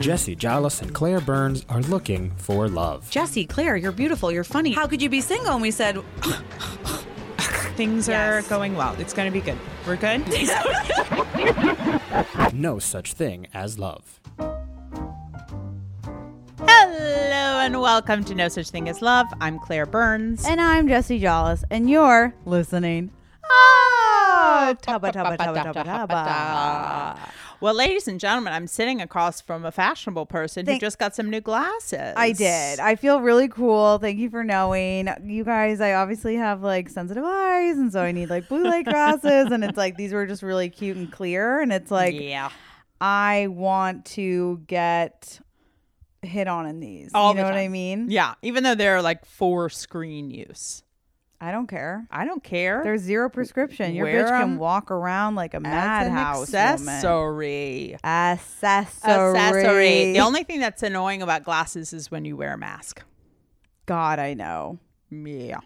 Jesse Jollis and Claire Burns are looking for love. Jesse, Claire, you're beautiful. You're funny. How could you be single? And we said, Things Yes. are going well. It's going to be good. We're good. No such thing as love. Hello and welcome to No Such Thing as Love. I'm Claire Burns. And I'm Jesse Jollis, and you're listening. Ah, tubba tubba tubba tubba tubba. well, ladies and gentlemen, I'm sitting across from a fashionable person Thank- who just got some new glasses. I did. I feel really cool. Thank you for knowing. You guys, I obviously have like sensitive eyes, and so I need like blue light glasses. and it's like these were just really cute and clear. And it's like, yeah. I want to get hit on in these. All you the know what I time. mean? Yeah. Even though they're like for screen use. I don't care. I don't care. There's zero prescription. Your Wear bitch can 'em walk around like a That's an madhouse. woman. accessory. Accessory. Accessory. The only thing that's annoying about glasses is when you wear a mask. God, I know. Yeah.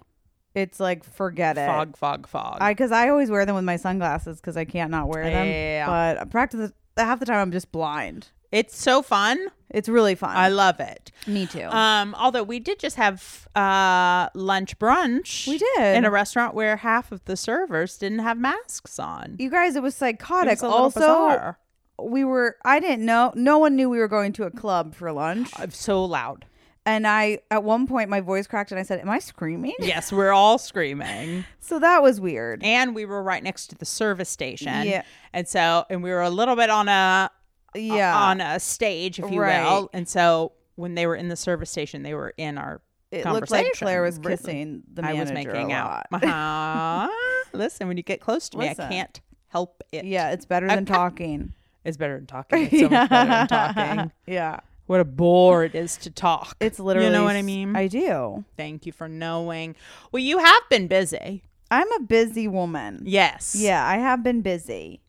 It's like forget it. Fog, fog, fog. I because I always wear them with my sunglasses because I can't not wear them. Yeah. But I practice half the time I'm just blind. it's so fun. It's really fun. I love it. Me too. Um, although we did just have uh, lunch brunch. We did. In a restaurant where half of the servers didn't have masks on. you guys, it was psychotic. It was a little also, bizarre. we were. I didn't know. No one knew we were going to a club for lunch. I'm so loud. and I, at one point, my voice cracked, and I said, "Am I screaming?" Yes, we're all screaming. So that was weird. And we were right next to the service station. Yeah. And so, and we were a little bit on a yeah. uh, on a stage, if you Right. will. And so when they were in the service station, they were in our it looked conversation. like Claire was Really. kissing the I manager was making a out. lot. Uh-huh. Listen, when you get close to me, Listen. I can't help it. yeah, it's better than talking. It's better than talking. It's so much better than talking. Yeah. What a bore it is to talk. It's literally. You know what I s- mean? I do. Thank you for knowing. Well, you have been busy. I'm a busy woman. Yes. Yeah, I have been busy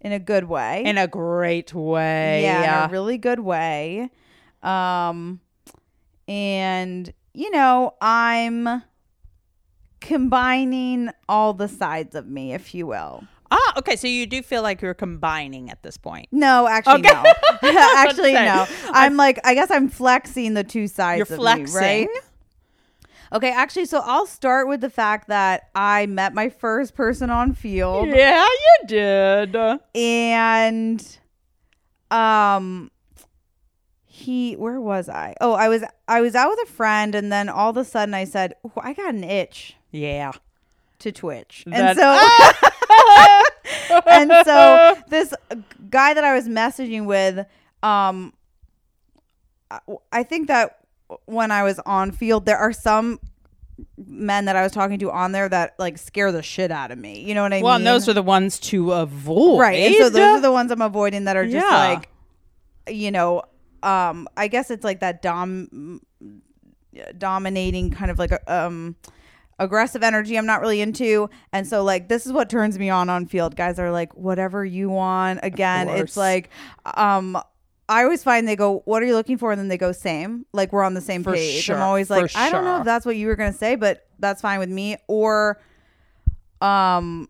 in a good way. In a great way. yeah, in a really good way. Um and you know, I'm combining all the sides of me, if you will. Ah, okay. So you do feel like you're combining at this point. No, actually Okay. no. actually say. no. I'm like I guess I'm flexing the two sides You're of me, right? flexing. Okay, actually so I'll start with the fact that I met my first person on field. Yeah, you did. and um he where was i oh i was i was out with a friend and then all of a sudden i said "Ooh, i got an itch Yeah. to twitch That- and so and so this guy that i was messaging with um I- i think that when i was on field there are some men that i was talking to on there that like scare the shit out of me you know what i mean Well, and those are the ones to avoid. right and so those are the ones i'm avoiding that are just Yeah. like you know um i guess it's like that dom mm, dominating kind of like a, um aggressive energy i'm not really into and so like this is what turns me on on field guys are like whatever you want again course. it's like um I always find they go, "What are you looking for?" and then they go, "Same." Like we're on the same For page. sure. I'm always For like, "I don't know sure. if that's what you were gonna say, but that's fine with me." Or, um,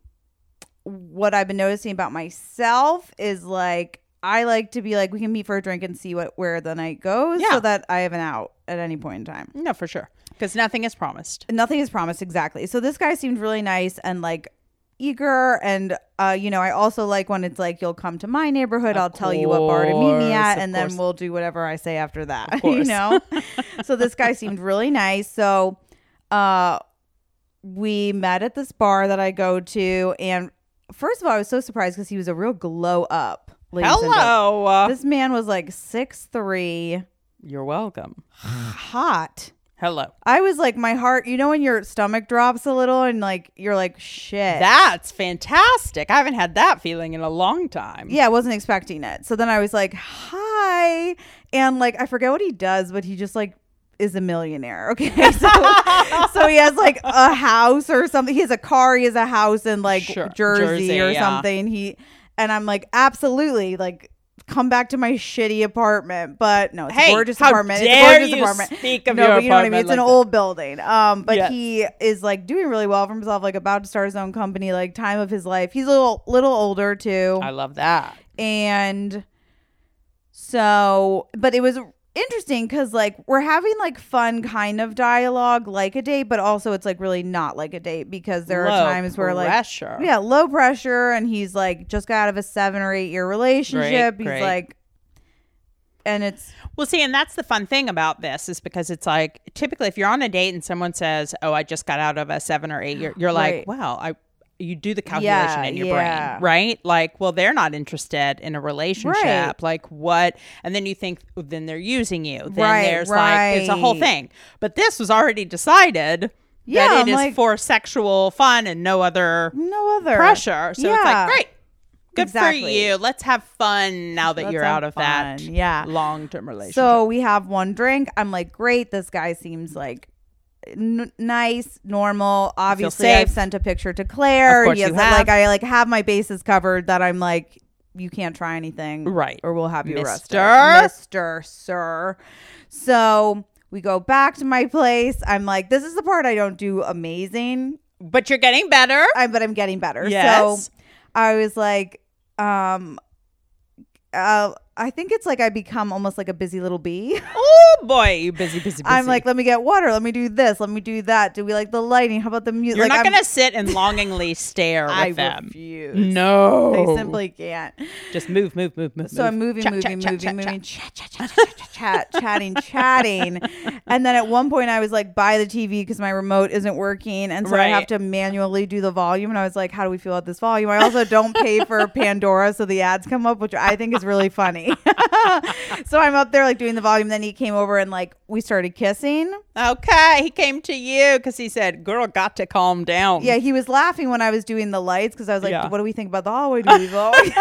what I've been noticing about myself is like I like to be like we can meet for a drink and see what where the night goes Yeah. so that I have an out at any point in time. No, for sure. Because nothing is promised. Nothing is promised exactly. So this guy seemed really nice and like eager and uh you know I also like when it's like you'll come to my neighborhood I'll tell you what bar to meet me course, at of and then course. we'll do whatever I say after that you course. know so this guy seemed really nice so uh we met at this bar that I go to and first of all I was so surprised cuz he was a real glow up ladies and gentlemen. Hello. Uh, This man was like six three, You're welcome. hot. Hello. I was like, my heart, you know, when your stomach drops a little and like you're like, shit. Eh. That's fantastic. I haven't had that feeling in a long time. yeah, I wasn't expecting it. So then I was like, hi. And like, I forget what he does, but he just like is a millionaire. Okay. So, so he has like a house or something. He has a car, he has a house in like Sure. Jersey, Jersey, or yeah. something. He, and I'm like, absolutely. Like, come back to my shitty apartment. But no, it's Hey, a gorgeous how apartment. it's dare a gorgeous you apartment. speak of no, your but you know what I mean? apartment It's an like that. old building. Um, but Yes. he is like doing really well for himself, like about to start his own company, like time of his life. He's a little little older too. I love that. and So, but it was interesting because like we're having like fun kind of dialogue like a date, but also it's like really not like a date because there Low are times where like pressure. yeah, low pressure, and he's like just got out of a seven or eight year relationship. he's great. like, and it's Well, see, and that's the fun thing about this is because it's like typically if you're on a date and someone says, "Oh, I just got out of a seven or eight year," you're like, Right. "Wow, I." You do the Yeah, calculation in your yeah. brain, right? Like, well, they're not interested in a relationship. Right. Like, what? And then you think, well, then they're using you. Then Right, there's like, it's a whole right. thing. But this was already decided Yeah, that it I'm is like- for sexual fun and no other no other pressure. So it's Yeah. like, great. Good for Exactly. you. Let's have fun now that Let's you're have out of that fun. Yeah. long term relationship. So we have one drink. I'm like, great. This guy seems like n- nice, normal. Obviously, safe. I've sent a picture to Claire. Of course Yes, you have. like I like have my bases covered. That I'm like, you can't try anything, Right. Or we'll have you Mister? arrested, Mister Sir. So we go back to my place. I'm like, this is the part I don't do amazing. but you're getting better. I, but I'm getting better. Yes. So I was like, um, uh, I think it's like I become almost like a busy little bee. Oh boy, you busy, busy, busy. I'm like, let me get water. Let me do this. Let me do that. Do we like the lighting? How about the music? you're like, not I'm- going to sit and longingly stare I with them. refuse. No, I simply can't. just move, move, move, move. So I'm moving, Chat, moving, chat, moving, chat, chat, moving, chat, chat, chat, chat, chat, chat, chatting, chatting. And then at one point, I was like, by the TV because my remote isn't working. And so I have Right. to manually do the volume. And I was like, how do we feel about this volume? I also don't pay for Pandora. So the ads come up, which I think is really funny. so I'm up there like doing the volume. Then he came over and like we started kissing. Okay, he came to you because he said, "Girl, got to calm down." Yeah, he was laughing when I was doing the lights because I was like, Yeah. "What do we think about the hallway do we go?" Which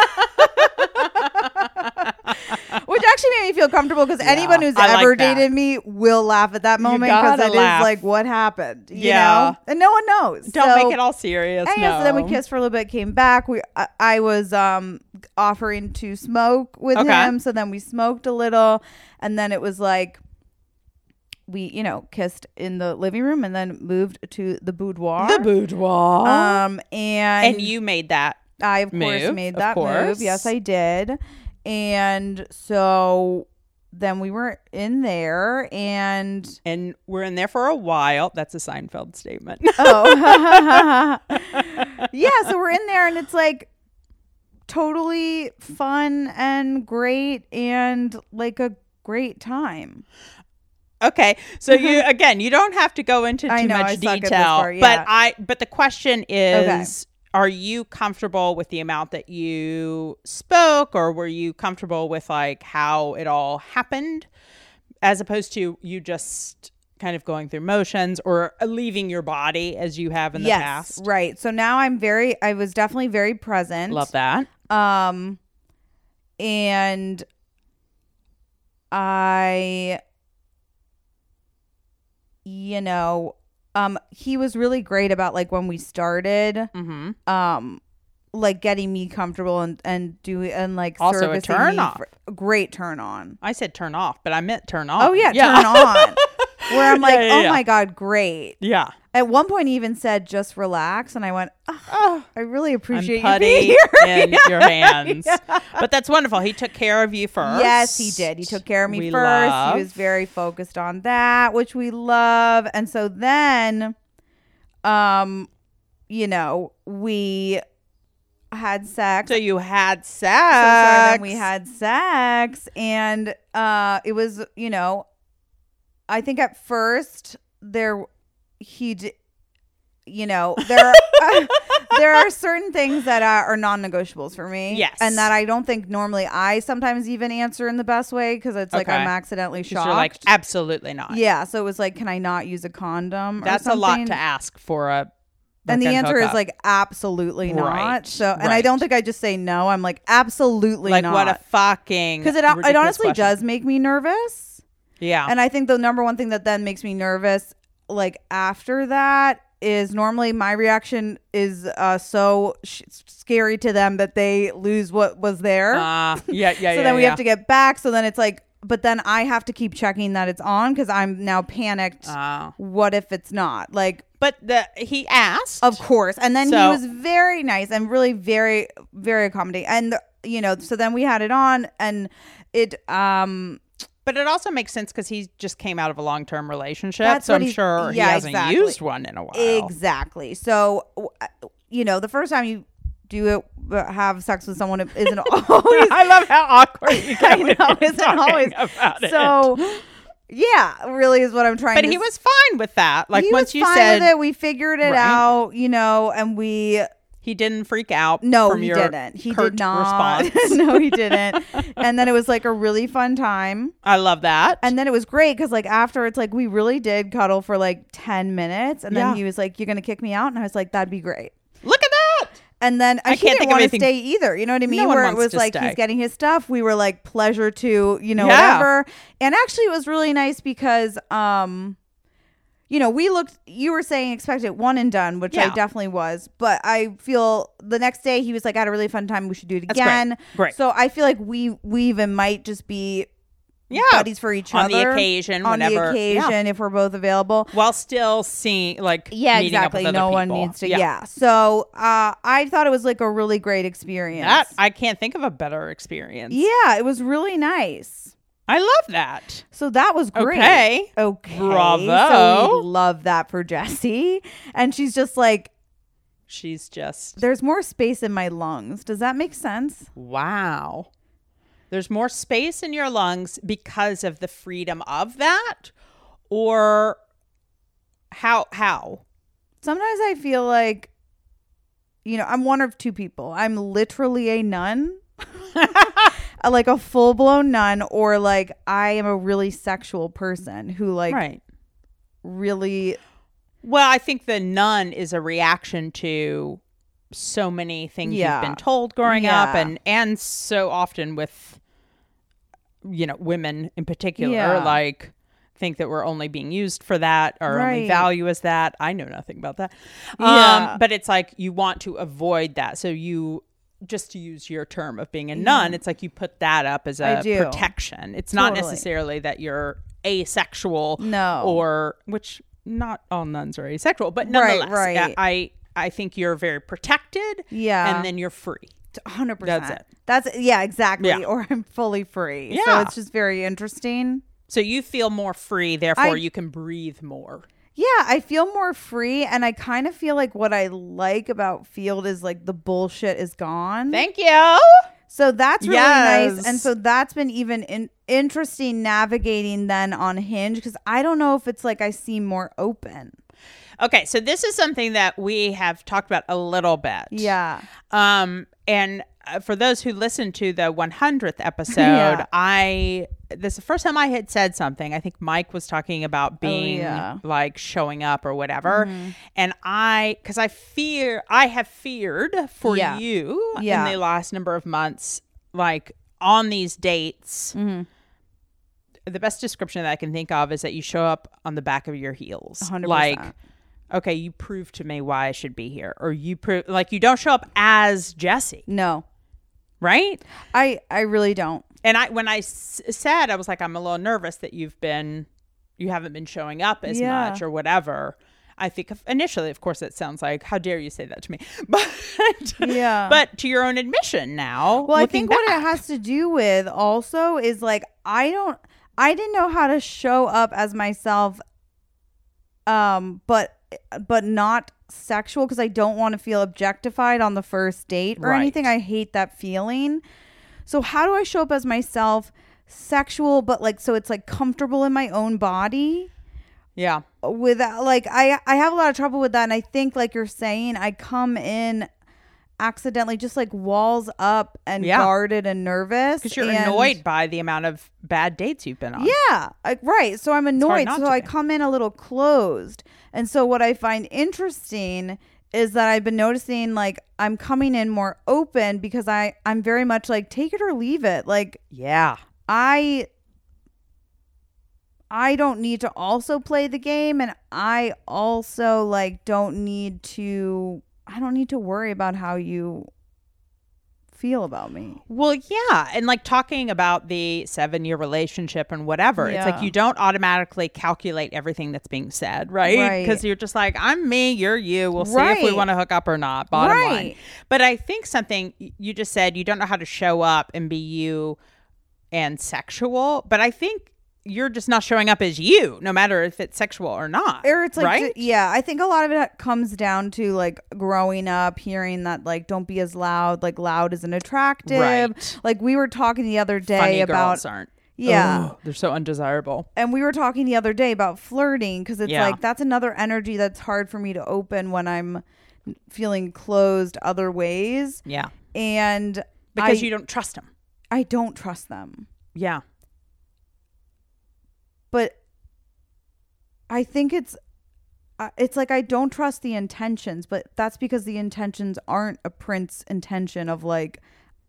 actually made me feel comfortable because anyone who's I like ever that. dated me will laugh at that moment because gotta it is laugh. like, "What happened?" You Yeah. know, and no one knows. don't So- make it all serious. And yeah, so then no. we kissed for a little bit, came back. We I, I was um offering to smoke with Okay. him, so then we smoked a little, and then it was like we you know kissed in the living room and then moved to the boudoir. the boudoir, Um, and, Oh. and you made that. I of course move, made of that course. move. Yes, I did. And so then we were in there, and And we're in there for a while. That's a Seinfeld statement. oh, yeah. So we're in there, and it's like totally fun and great, and like a great time. Okay, so you again, you don't have to go into too I know, much I suck detail, at this part, yeah. but I but the question is, are you comfortable with the amount that you spoke, or were you comfortable with like how it all happened, as opposed to you just kind of going through motions or uh, leaving your body as you have in the yes, past? right. So now I'm very. I was definitely very present. Love that. Um, and I, you know, um, he was really great about like when we started, Mm-hmm. um, like getting me comfortable and and doing and like Also a servicing turn me off. for- a great turn on. I said turn off, but I meant turn on. Oh yeah, yeah, turn on. Where I'm like, Yeah, yeah, oh yeah. my god, great. yeah. At one point, he even said, "Just relax," and I went, oh, Oh. I really appreciate I'm you being putty here. in your hands. But that's wonderful. He took care of you first. Yes, he did. He took care of me We first. love. He was very focused on that, which we love. And so then, um, you know, we had sex. So you had sex. So sorry, then we had sex, and uh, it was, you know, I think at first there, he, d- you know, there, are, there are certain things that are, are non-negotiables for me. Yes. and that I don't think normally I sometimes even answer in the best way because it's like Okay. I'm accidentally 'Cause shocked. you're like absolutely not. yeah, so it was like, can I not use a condom? or that's a lot to something? ask for a. And the book answer is hookup. like absolutely not. Right, So, and I right. don't think I just say no. I'm like absolutely like not what a fucking because it, it ridiculous honestly question. Um, does make me nervous Yeah, and i think the number one thing that then makes me nervous like after that is normally my reaction is uh, so sh- scary to them that they lose what was there Uh, yeah, yeah. so then we have to get back so then it's like but then i have to keep checking that it's on because i'm now panicked Oh. what if it's not like But the he asked. of course. And then So- he was very nice and really very, very accommodating. And, you know, so then we had it on and it um But it also makes sense because he just came out of a long term relationship. That's so what I'm he's- sure he yeah, hasn't exactly. used one in a while. Exactly. So, w- uh, you know, the first time you do it, uh, have sex with someone, it isn't always. I love how awkward you I guys know, are isn't talking always. about it. so, yeah, really is what I'm trying. but to he was fine with that. Like he once was you fine said with it, we figured it Right. out, you know, and we he didn't freak out. no, from he your didn't. He curt did not. Response. no, he didn't. And then it was like a really fun time. I love that. And then it was great because like after it's like we really did cuddle for like ten minutes, and then Yeah. he was like, "You're gonna kick me out," and I was like, "That'd be great." Look at that. And then I I can't can't didn't think of want to anything- stay either. You know what I mean? one Where it wants was to like stay. he's getting his stuff. We were like pleasure to you know Yeah. whatever. And actually, it was really nice because um, you know, we looked. You were saying expect it one and done, which I Yeah. definitely was. But I feel the next day he was like, I had a really fun time. We should do it That's great. again. Great. So I feel like we we even might just be Yeah. buddies for each On the other occasion, on whenever- the occasion if we're both available While still seeing, like, yeah meeting up exactly with other no one people. needs to yeah, so uh i thought it was like a really great experience That I can't think of a better experience. yeah it was really nice I love that. so that was great Okay. okay so Bravo. we love that for jesse and she's just like She's just there's more space in my lungs does that make sense wow. There's more space in your lungs because of the freedom of that or how how? sometimes i feel like you know i'm one of two people i'm literally a nun a- like a full blown nun or like I am a really sexual person who like right. really Well, I think the nun is a reaction to so many things Yeah. you've been told growing up Yeah. and and so often with you know, women in particular Yeah. like think that we're only being used for that or Right. only value as that. I know nothing about that. Yeah. Um but it's like you want to avoid that. So you just to use your term of being a nun, it's like you put that up as I a do. protection. It's not Totally. necessarily that you're asexual No. or which not all nuns are asexual, but nonetheless, right. I- I I think you're very protected. Yeah. and then you're free. 100%. That's it. That's yeah, exactly. Yeah. Or I'm fully free. So Yeah. it's just very interesting. So you feel more free, therefore I- Mm-hmm. you can breathe more. Yeah, I feel more free and I kind of feel like what I like about field is like the bullshit is gone. Thank you. So that's really nice. Yes. And so that's been even in- interesting navigating then on Hinge cuz I don't know if it's like I seem more open. Okay, so this is something that we have talked about a little bit. Yeah. Um, and uh, for those who listened to the 100th episode, Yeah. I this is the first time I had said something. I think Mike was talking about being Oh, yeah. Mm-hmm. like showing up or whatever, and I because I fear I have feared for Yeah. you Yeah. in the last number of months, like on these dates. Mm-hmm. The best description that I can think of is that you show up on the back of your heels, 100%. like okay, you prove to me why I should be here, or you prove like you don't show up as Jesse, No. right? I I really don't. And I when I s- said I was like I'm a little nervous that you've been you haven't been showing up as Yeah. much or whatever. I think of, initially, of course, it sounds like how dare you say that to me, but Yeah. but to your own admission now. Well, I looking think what back- it has to do with also is like I don't I didn't know how to show up as myself um but but not sexual because I don't want to feel objectified on the first date or Right. anything. I hate that feeling. So how do I show up as myself sexual but like so it's like comfortable in my own body? yeah, without like I I have a lot of trouble with that and I think like you're saying I come in accidentally just like walls up and Yeah. guarded and nervous because you're and- annoyed by the amount of bad dates you've been on. yeah, like right. So I'm annoyed. not So to I be. come in a little closed. And so what I find interesting is that I've been noticing like I'm coming in more open because I I'm very much like take it or leave it. Like yeah, I I don't need to also play the game and I also like don't need to I don't need to worry about how you feel about me. Well, yeah. And like talking about the seven year relationship and whatever, it's Yeah. like you don't automatically calculate everything that's being said, right? Right. Because you're just like, I'm me, you're you. We'll see if we Right. want to hook up or not, bottom line. Right. But I think something y- you just said, you don't know how to show up and be you and sexual, but I think you're just not showing up as you, no matter if it's sexual or not. or it's like right? ju- yeah i think a lot of it comes down to like growing up hearing that like don't be as loud like loud isn't attractive Right. like we were talking the other day Funny about girls aren't. yeah Ugh, they're so undesirable. and we were talking the other day about flirting because it's Yeah. like that's another energy that's hard for me to open when i'm feeling closed other ways Yeah, and because I, you don't trust them. i don't trust them Yeah, but I think it's uh, it's like I don't trust the intentions, but that's because the intentions aren't a prince intention of like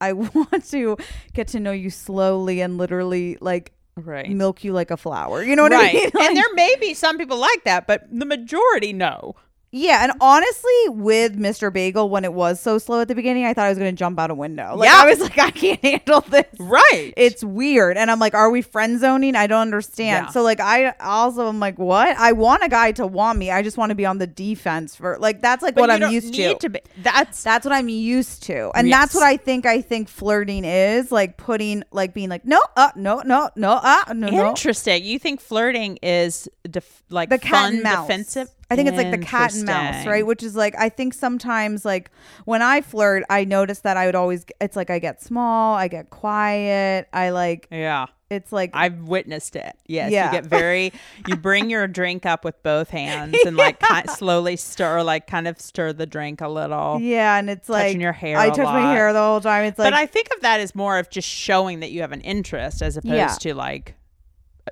I want to get to know you slowly and literally like right. milk you like a flower. You know what I right. mean? Like- and there may be some people like that, but the majority no. yeah, and honestly, with Mr. Bagel, when it was so slow at the beginning, I thought I was going to jump out a window. Like, Yeah. I was like, I can't handle this. Right. it's weird and i'm like are we friend zoning i don't understand Yeah. so like i also i'm like what i want a guy to want me i just want to be on the defense for like that's like But what you i'm don't used to. need be- that's that's what i'm used to and that's Yes. what i think i think flirting is like putting like being like no uh no no no uh no no interesting. You think flirting is def- like the cat fun, and mouse. defensive? I think it's like the cat and mouse, Interesting. right? Which is like I think sometimes like when I flirt, I notice that I would always it's like I get small, I get quiet, I like Yeah. it's like I've witnessed it. Yes, Yeah. you get very. You bring your drink up with both hands and like ki- slowly stir, like kind of stir the drink a little. Yeah, and it's Touching like your hair I a touch my lot. hair the whole time. It's like but I think of that as more of just showing that you have an interest as opposed Yeah. to like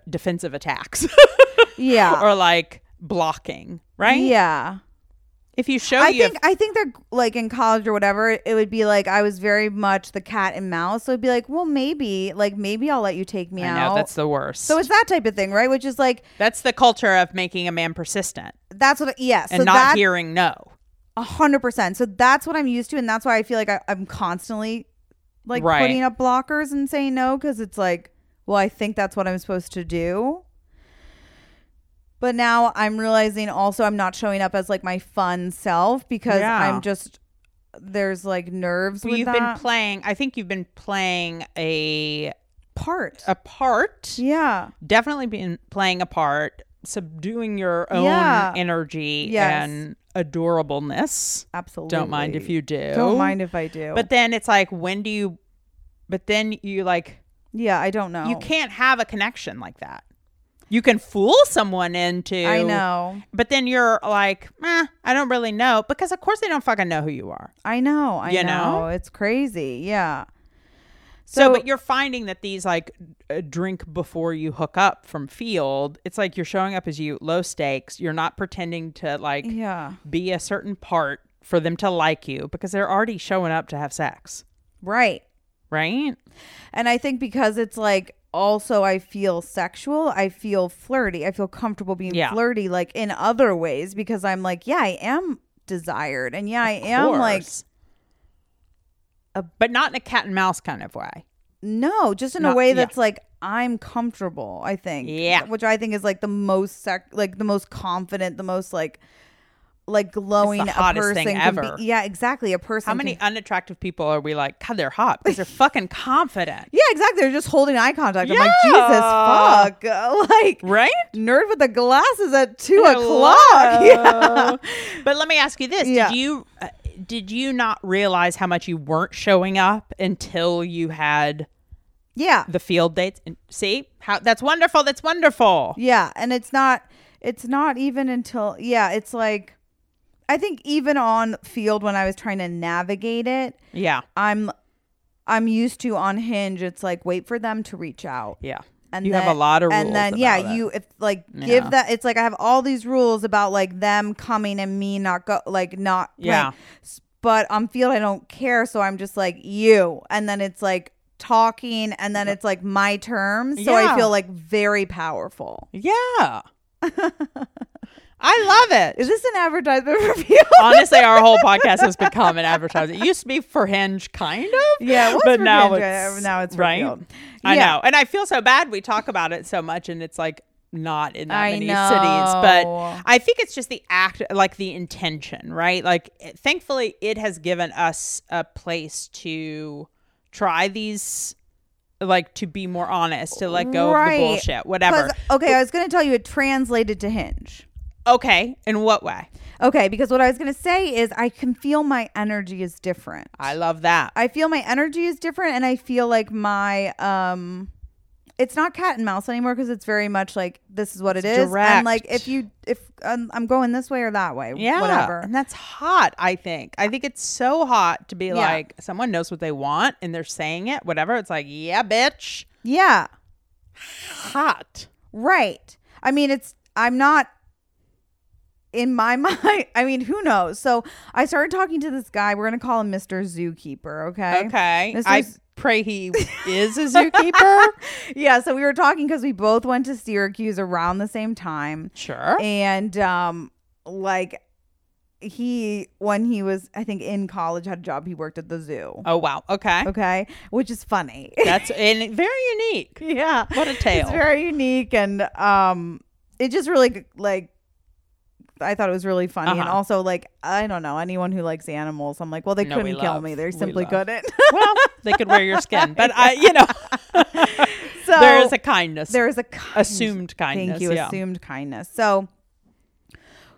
defensive attacks yeah, or like blocking, right? Ah. yeah. If you show I you have- think I think they're like in college or whatever. It would be like I was very much the cat and mouse. So it'd be like, well, maybe like maybe I'll let you take me I out. know that's the worst. so it's that type of thing, right? Which is like that's the culture of making a man persistent that's what yeah. and so not that hearing no. a hundred percent. So that's what I'm used to, and that's why I feel like I, I'm constantly like Right. putting up blockers and saying no because it's like, well, I think that's what I'm supposed to do. But now I'm realizing also I'm not showing up as like my fun self because Yeah. I'm just there's like nerves. Well, with you've that been playing. I think you've been playing a part. a part. Yeah, Definitely been playing a part, subduing your own Yeah. energy Yes. and adorableness. absolutely. Don't mind if you do. Don't mind if I do. But then it's like, when do you? But then you like yeah, I don't know. you can't have a connection like that. You can fool someone into. I know. But then you're like, eh, I don't really know because of course they don't fucking know who you are. I know. I You know. know? It's crazy. Yeah. So, So- but you're finding that these like uh, drink before you hook up from field, it's like you're showing up as you low stakes. You're not pretending to like Yeah. be a certain part for them to like you because they're already showing up to have sex, Right. right? And I think because it's like also I feel sexual, I feel flirty, I feel comfortable being Yeah. flirty like in other ways because I'm like, yeah, I am desired and yeah, I am like Course. but not in a cat and mouse kind of way. no, just in a Not- way yeah. that's like I'm comfortable, I think. Yeah. Which I think is like the most sec- like the most confident, the most like like glowing a hottest person thing can ever. be. Yeah, exactly. A person How many can- unattractive people are we like? God, they're hot because they're fucking confident, yeah, exactly. They're just holding eye contact. I'm Yeah. like, Jesus, fuck. Like, right? nerd with the glasses at two Hello. o'clock. Yeah. But let me ask you this: Yeah. Did you uh, did you not realize how much you weren't showing up until you had yeah. the field dates? And see how that's wonderful. That's wonderful. Yeah. And it's not it's not even until yeah, it's like I think even on field when I was trying to navigate it, Yeah, I'm I'm used to on hinge, it's like wait for them to reach out. yeah. And you then, have a lot of rules. And then yeah, you if like give Yeah. that it's like I have all these rules about like them coming and me not go like not playing. Yeah. S- But on field I don't care, so I'm just like you, and then it's like talking, and then it's like my terms, so I Yeah. feel like very powerful. yeah. I love it. Is this an advertisement for field? Honestly, our whole podcast has become an advertisement. It used to be for Hinge, kind of. Yeah, it was but for now Hinge, uh, it's now it's for Field. I Yeah. know, and I feel so bad. We talk about it so much, and it's like not in that I many know. cities. But I think it's just the act, like the intention, right? Like, it- thankfully, it has given us a place to try these like to be more honest, to let go of the bullshit, 'Cause- whatever. Okay, I was going to tell you it translated to hinge. Okay, in what way? Okay, because what I was going to say is I can feel my energy is different. I love that. I feel my energy is different and I feel like my um it's not cat and mouse anymore because it's very much like this is what it is. direct. and like if you if um, I'm going this way or that way yeah, whatever and that's hot. I think. I think it's so hot to be Yeah. like someone knows what they want and they're saying it. Whatever. It's like, yeah, bitch, yeah hot. right I mean it's I'm not in my mind I mean who knows so I started talking to this guy we're gonna call him Mr. Zookeeper okay Okay, Mr. I pray he is a zookeeper. yeah so we were talking because we both went to Syracuse around the same time sure. and um like he when he was i think in college had a job he worked at the zoo Oh wow. Okay. okay which is funny That's and very unique. yeah What a tale. it's very unique and um it just really like I thought it was really funny, and Uh-huh. also like I don't know anyone who likes animals. I'm like, well, they No, we couldn't kill love- me; they we simply love. couldn't. well, they could wear your skin, but I, you know, so there is a kindness. there is a kind- assumed kindness. Thank you, yeah. assumed kindness. So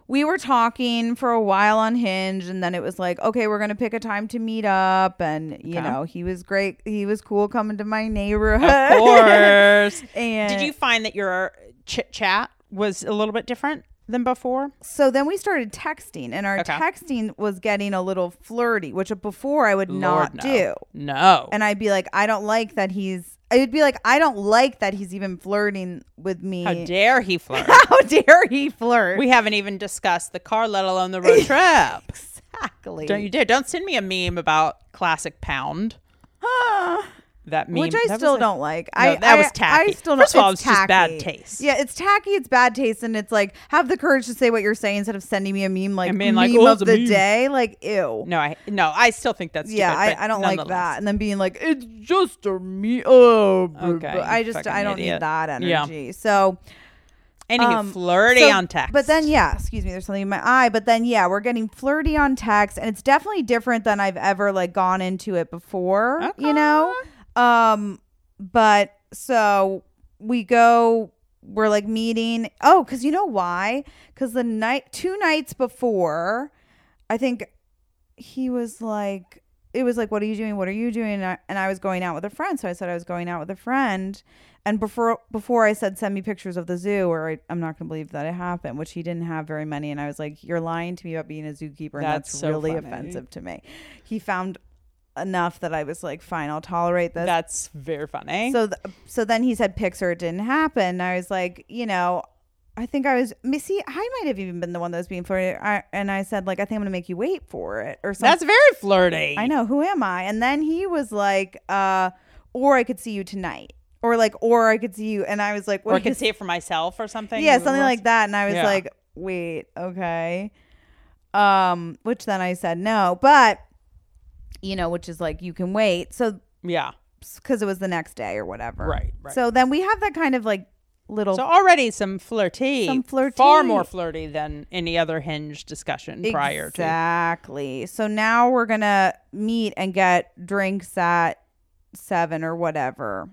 we were talking for a while on Hinge, and then it was like, okay, we're gonna pick a time to meet up, and you Okay. know, he was great. He was cool coming to my neighborhood. Of course. and Did you find that your chit chat was a little bit different than before? So then we started texting, and our Okay. texting was getting a little flirty, which before I would not Lord, no. do. No. And I'd be like, I don't like that he's. I would be like, I don't like that he's even flirting with me. How dare he flirt? How dare he flirt? we haven't even discussed the car, let alone the road trip. exactly. Don't you dare. Don't send me a meme about classic pound. That meme. Which I that was still like- don't like. No, I that was I- tacky. I still First don't, of all, it's just bad tacky. taste. Yeah, it's tacky. It's bad taste, and it's like have the courage to say what you're saying instead of sending me a meme like And being like, meme "Oh, of it's a the meme." day. Like ew. No, I no, I still think that's stupid, yeah, but I, I don't like nonetheless. that. And then being like, it's just a me. Oh, Okay, you I just fucking I don't idiot. need that Yeah. energy. So Anywho, um, flirty so- on text. But then yeah, excuse me, there's something in my eye. But then yeah, we're getting flirty on text, and it's definitely different than I've ever like gone into it before. You know, um, but so we go, we're like meeting. Oh, because you know why? Because the night, two nights before, I think he was like. It was like, what are you doing? What are you doing? And I, and I was going out with a friend, so I said I was going out with a friend. And before before I said send me pictures of the zoo, or I, I'm not going to believe that it happened, which he didn't have very many. And I was like, you're lying to me about being a zookeeper, and That's that's, so really funny. offensive to me. He found enough that I was like, fine, I'll tolerate this. that's very funny. so th- so then he said picks or it didn't happen. I was like, you know, I think I was Missy. I might have even been the one that was being flirty. I, and I said like, I think I'm going to make you wait for it or something. that's very flirty. I know who am I? And then he was like, uh, or I could see you tonight, or like, or I could see you. And I was like, Or I what could is- see it for myself or something. yeah, something like that. And I was Yeah. like, wait, okay. Um, which then I said no, but you know, which is like you can wait. So Yeah. because it was the next day or whatever, Right, right. So then we have that kind of like little So already some flirty. Some flirty. Far more flirty than any other hinge discussion prior to. Exactly. So now we're gonna meet and get drinks at seven or whatever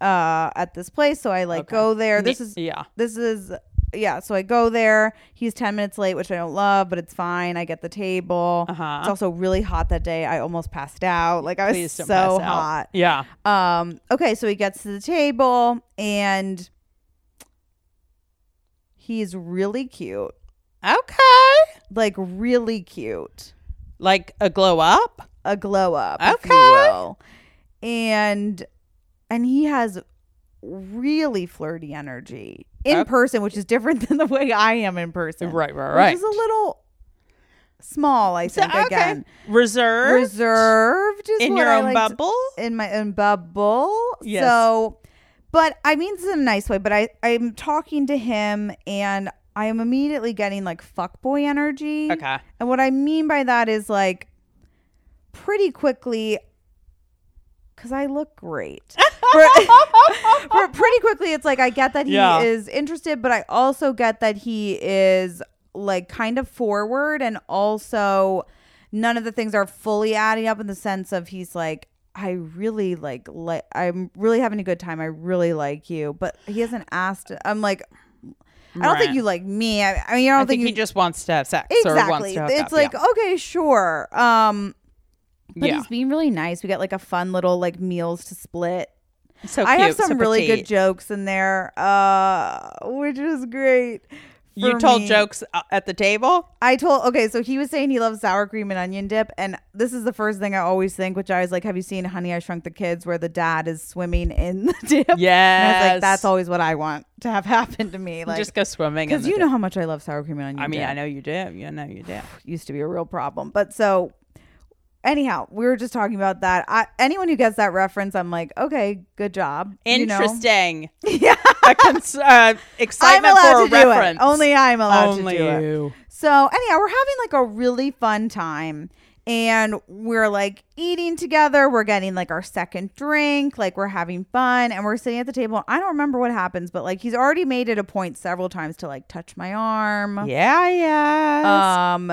uh at this place. So I like Okay. go there. This Ne- is yeah. this is yeah. So I go there. He's ten minutes late, which I don't love, but it's fine. I get the table. Uh-huh. It's also really hot that day. I almost passed out. Like I was Please so don't pass out. hot. Yeah. Um. Okay. So he gets to the table and he's really cute. Okay. Like really cute. Like a glow up. a glow up, if you Okay. will. And and he has really flirty energy in Okay. person, which is different than the way I am in person. Right, right, Which is right. a little small, I So, think. okay. Again, Reserved. reserved is in what your I own like to- bubble. in my own bubble. Yes. So, but I mean this in a nice way. But I I'm talking to him, and I am immediately getting like fuckboy energy. Okay. And what I mean by that is like pretty quickly, because I look great. Pre- pre- pretty quickly, it's like I get that he Yeah. is interested, but I also get that he is like kind of forward and also none of the things are fully adding up in the sense of he's like, I really like like I'm really having a good time. I really like you, but he hasn't asked. I'm like, I don't Right. think you like me. I, I mean, I I, don't think, you he just wants to have sex or wants exactly. to hook It's up, like yeah. okay, sure. Um, but yeah. he's being really nice. We got like a fun little like meals to split. so I have cute, so some really good petite. jokes in there, uh, which is great. You for told me. jokes uh, at the table. I told okay, so he was saying he loves sour cream and onion dip, and this is the first thing I always think, which I was like, "Have you seen Honey I Shrunk the Kids?" where the dad is swimming in the dip. and I was Yes. like, "That's always what I want to have happen to me." Like, just go swimming. in because the you dip. know how much I love sour cream and onion. I mean, dip. I know you do. You know you do. used to be a real problem. But so anyhow, we were just talking about that. I, anyone who gets that reference, I'm like, okay, good job. you know? Interesting. Yeah. A cons- uh, I'm excitement for allowed a to reference. do it. Only I'm allowed Only to do it. you. So anyhow, we're having like a really fun time. And we're like eating together. We're getting like our second drink. Like we're having fun and we're sitting at the table. I don't remember what happens, but like he's already made it a point several times to like touch my arm. Yeah, yeah. um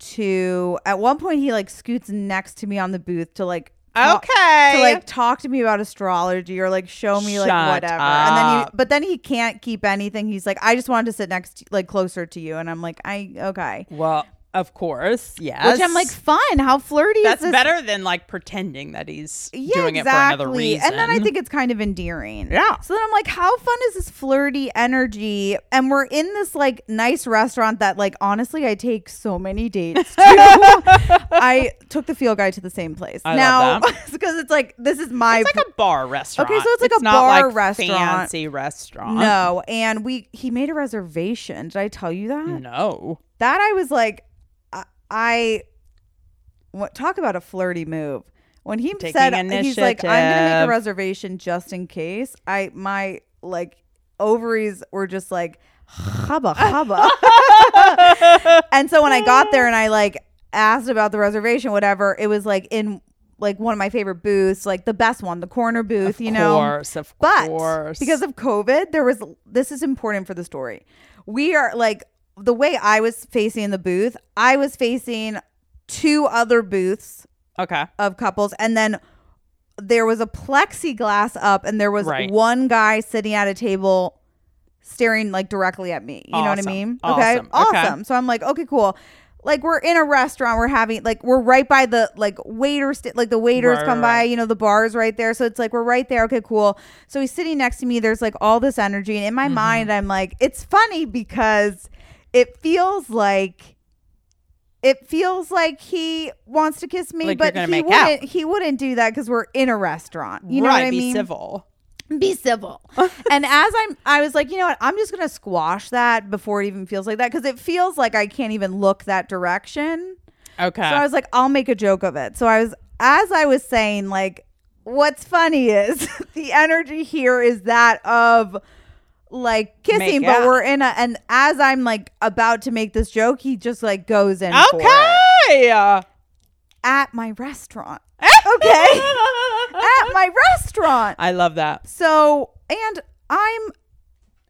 to at one point he like scoots next to me on the booth to like talk- okay. to like talk to me about astrology or like show me Shut like whatever and then he up. but then he can't keep anything he's like i just wanted to sit next to, like closer to you and i'm like i okay well, of course, yes. which i'm like fun how flirty that's is this better than like pretending that he's yeah, doing exactly. it for another reason. And then I think it's kind of endearing. Yeah. So then I'm like, how fun is this flirty energy? And we're in this like nice restaurant that like honestly I take so many dates to. I took the field guy to the same place. I love now that. because it's like this is my it's like a bar restaurant. Okay, so it's like a not bar like restaurant. fancy restaurant. no, and we he made a reservation. Did I tell you that? no. That I was like, I, I what, talk about a flirty move. When he Taking said he's like, I'm gonna make initiative. a reservation just in case. I my like ovaries were just like hubba hubba. and so when I got there and I like asked about the reservation, whatever, it was like in like one of my favorite booths, like the best one, the corner booth, you know. course, of But course. because of COVID, there was this is important for the story. We are like the way I was facing the booth, I was facing two other booths Okay. of couples and then there was a plexiglass up and there was Right. one guy sitting at a table staring like directly at me. You know what I Awesome. mean? Awesome. Okay. Okay. Awesome. So I'm like, okay, cool. Like we're in a restaurant, we're having like we're right by the like waiter st- like the waiters Right, come right, by, right. you know, the bar's right there. So it's like we're right there. Okay, cool. So he's sitting next to me. There's like all this energy. And in Mm-hmm. my mind, I'm like, it's funny because it feels like it feels like he wants to kiss me, Like you're but gonna he make out. wouldn't. He wouldn't do that because we're in a restaurant. You know right, what I be mean? civil. Be civil. and as I'm, I was like, you know what? I'm just gonna squash that before it even feels like that because it feels like I can't even look that direction. Okay. So I was like, I'll make a joke of it. So I was, as I was saying, like, what's funny is the energy here is that of like kissing, Make but out. we're in a, and as I'm like about to make this joke, he just like goes in. for it okay. Uh, at my restaurant. okay. at my restaurant. I love that. So, and I'm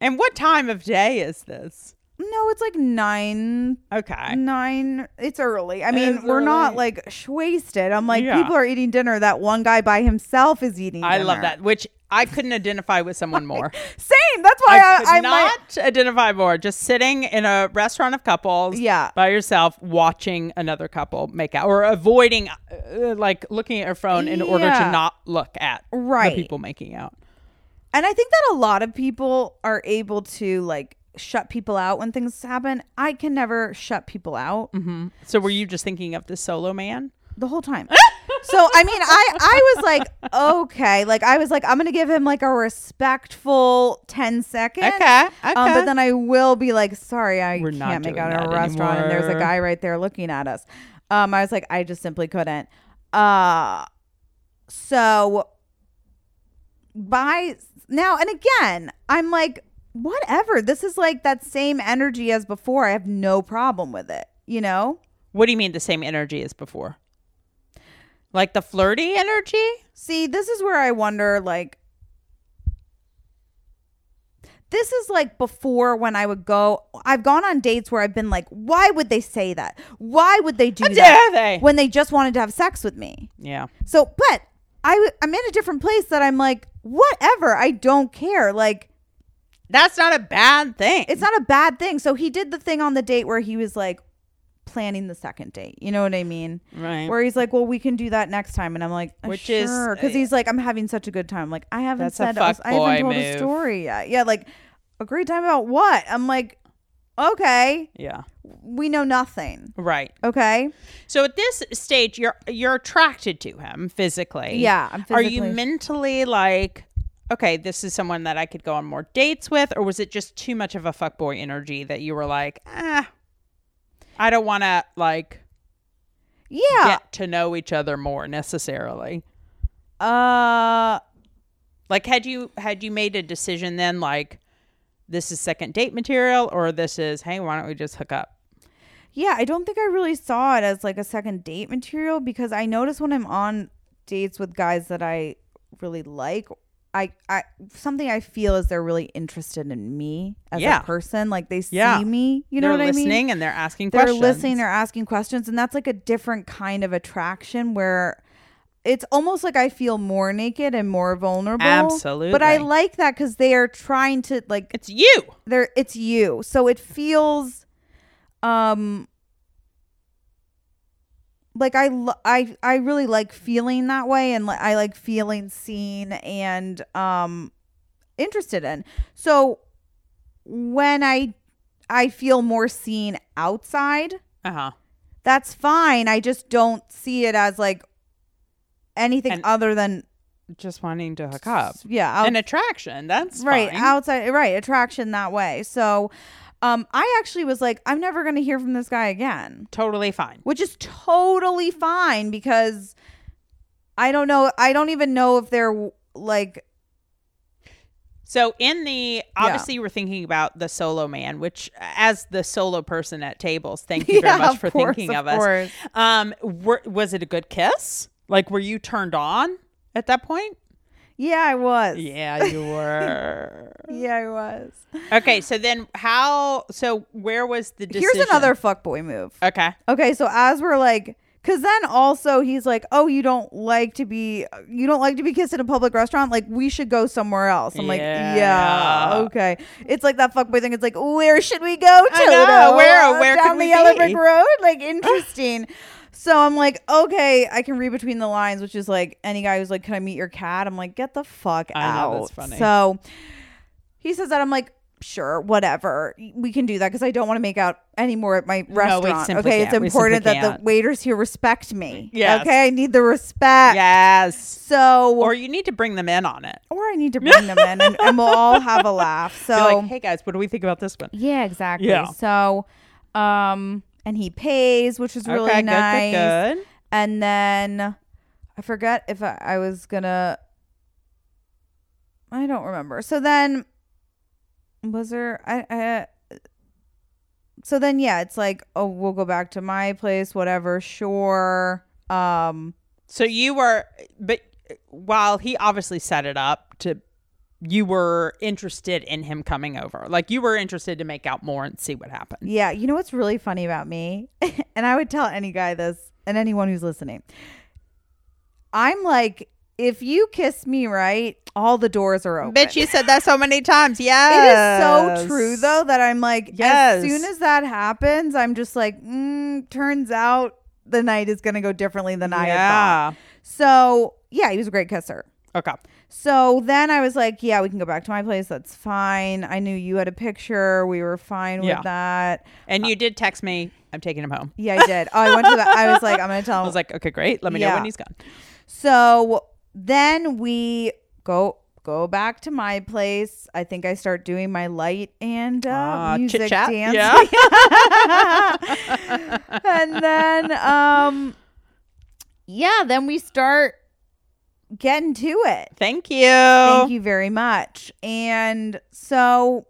And what time of day is this? no, it's like nine, Okay. nine. It's early. I mean, is we're not early. like sh- wasted. I'm like, Yeah. people are eating dinner. That one guy by himself is eating. I love dinner. that, which I couldn't identify with someone more. Same. That's why I I, could I, am not identify more. Just sitting in a restaurant of couples, Yeah. by yourself, watching another couple make out, or avoiding, uh, like looking at your phone in order to Yeah. not look at Right. the people making out. and I think that a lot of people are able to like shut people out when things happen. I can never shut people out. So were you just thinking of the solo man? the whole time. so I mean, I I was like, okay, like I was like, I'm gonna give him like a respectful 10 seconds. Okay, Um, okay. but then I will be like, sorry, I We're not can't make doing out at a that restaurant, and there's a anymore. guy right there looking at us. Um, I was like, I just simply couldn't. Uh, so by now and again, I'm like, whatever. This is like that same energy as before. I have no problem with it. You know. What do you mean the same energy as before? Like the flirty energy? See, this is where I wonder like this is like before when I would go I've gone on dates where I've been like, why would they say that? Why would they do How that? dare they? When they just wanted to have sex with me. Yeah. So but I w- I'm in a different place that I'm like, whatever, I don't care. Like, That's not a bad thing. it's not a bad thing. So he did the thing on the date where he was like planning the second date. You know what I mean? Right. Where he's like, well, we can do that next time. And I'm like, Which which is- sure. Because he's like, I'm having such a good time. Like, I haven't That's a said, I was- I haven't fuckboy told move. a story yet. Yeah. Like, a great time about what? I'm like, okay, yeah. we know nothing. Right. Okay. So at this stage, you're you're attracted to him physically. Yeah, I'm Are you physically- mentally like, okay, this is someone that I could go on more dates with, or was it just too much of a fuckboy energy that you were like, ah, I don't want to like Yeah. get to know each other more necessarily. Uh, Like, had you had you made a decision then, like, this is second date material, or this is, hey, why don't we just hook up? Yeah, I don't think I really saw it as like a second date material because I notice when I'm on dates with guys that I really like, I, I something I feel is they're really interested in me as Yeah. a person. Like they see Yeah. me. You know they're what listening I mean? and they're asking They're questions. listening, they're asking questions, and that's like a different kind of attraction where it's almost like I feel more naked and more vulnerable. But Absolutely. I like that because they are trying to like it's you. there it's you so it feels um like i lo- i i really like feeling that way and like i like feeling seen and um interested in so when i i feel more seen outside Uh huh. that's fine i just don't see it as like anything And- other than Just wanting to hook up. yeah out- an attraction. That's right fine. outside right attraction that way so um i actually was like i'm never gonna hear from this guy again totally fine. which is totally fine because i don't know i don't even know if they're like So in the obviously you were thinking about the solo man, which as the solo person at tables, thank you very Yeah, much for of course, thinking of, of us. course. Um, were, was it a good kiss? Like, were you turned on at that point? yeah i was Yeah, you were. yeah i was okay, so then how? So where was the decision? here's another fuckboy move Okay. okay so as we're like because then also he's like oh you don't like to be you don't like to be kissed in a public restaurant like we should go somewhere else i'm like Yeah. yeah okay it's like that fuckboy thing it's like where should we go to I know. now? Where- Uh, where down could the we yellow be?" brick road like interesting so i'm like okay i can read between the lines which is like any guy who's like can i meet your cat i'm like get the fuck I out know, that's funny. so he says that i'm like sure whatever we can do that because i don't want to make out anymore at my restaurant simply okay can't. it's We simply important that the can't. waiters here respect me. Yes. Okay. I need the respect. Yes. So, Or or, you need to bring them in on it. I need to bring them in and, and we'll all have a laugh. So, Be like, hey guys, what do we think about this one? yeah, exactly. Yeah. So, um, and he pays, which is really okay, good, nice. good, good. And then I forget if I, I was gonna, I don't remember. So then, was there, I, I, so then, yeah, it's like, oh, we'll go back to my place, whatever, sure. Um, So you were, but while he obviously set it up to, you were interested in him coming over. Like you were interested to make out more and see what happened. Yeah, you know what's really funny about me? and I would tell any guy this and anyone who's listening. I'm like, if you kiss me right, all the doors are open. Bitch, you said that so many times. It Yes. is so true though that I'm like, Yes. as soon as that happens, I'm just like, mm, turns out the night is gonna go differently than I had thought. Yeah. So yeah, he was a great kisser. Okay. So then I was like, yeah, we can go back to my place. That's fine. I knew you had a picture. We were fine Yeah. with that. And you did text me, I'm taking him home. Yeah, I did. Oh, I went to the. I was like, I'm gonna tell I him. was like, okay, great. Let me know Yeah. when he's gone. so then we go go back to my place. I think I start doing my light and uh, Ah, music chit-chat. dance. Yeah. and then um, yeah, then we start getting to it. Thank you. Thank you very much. And so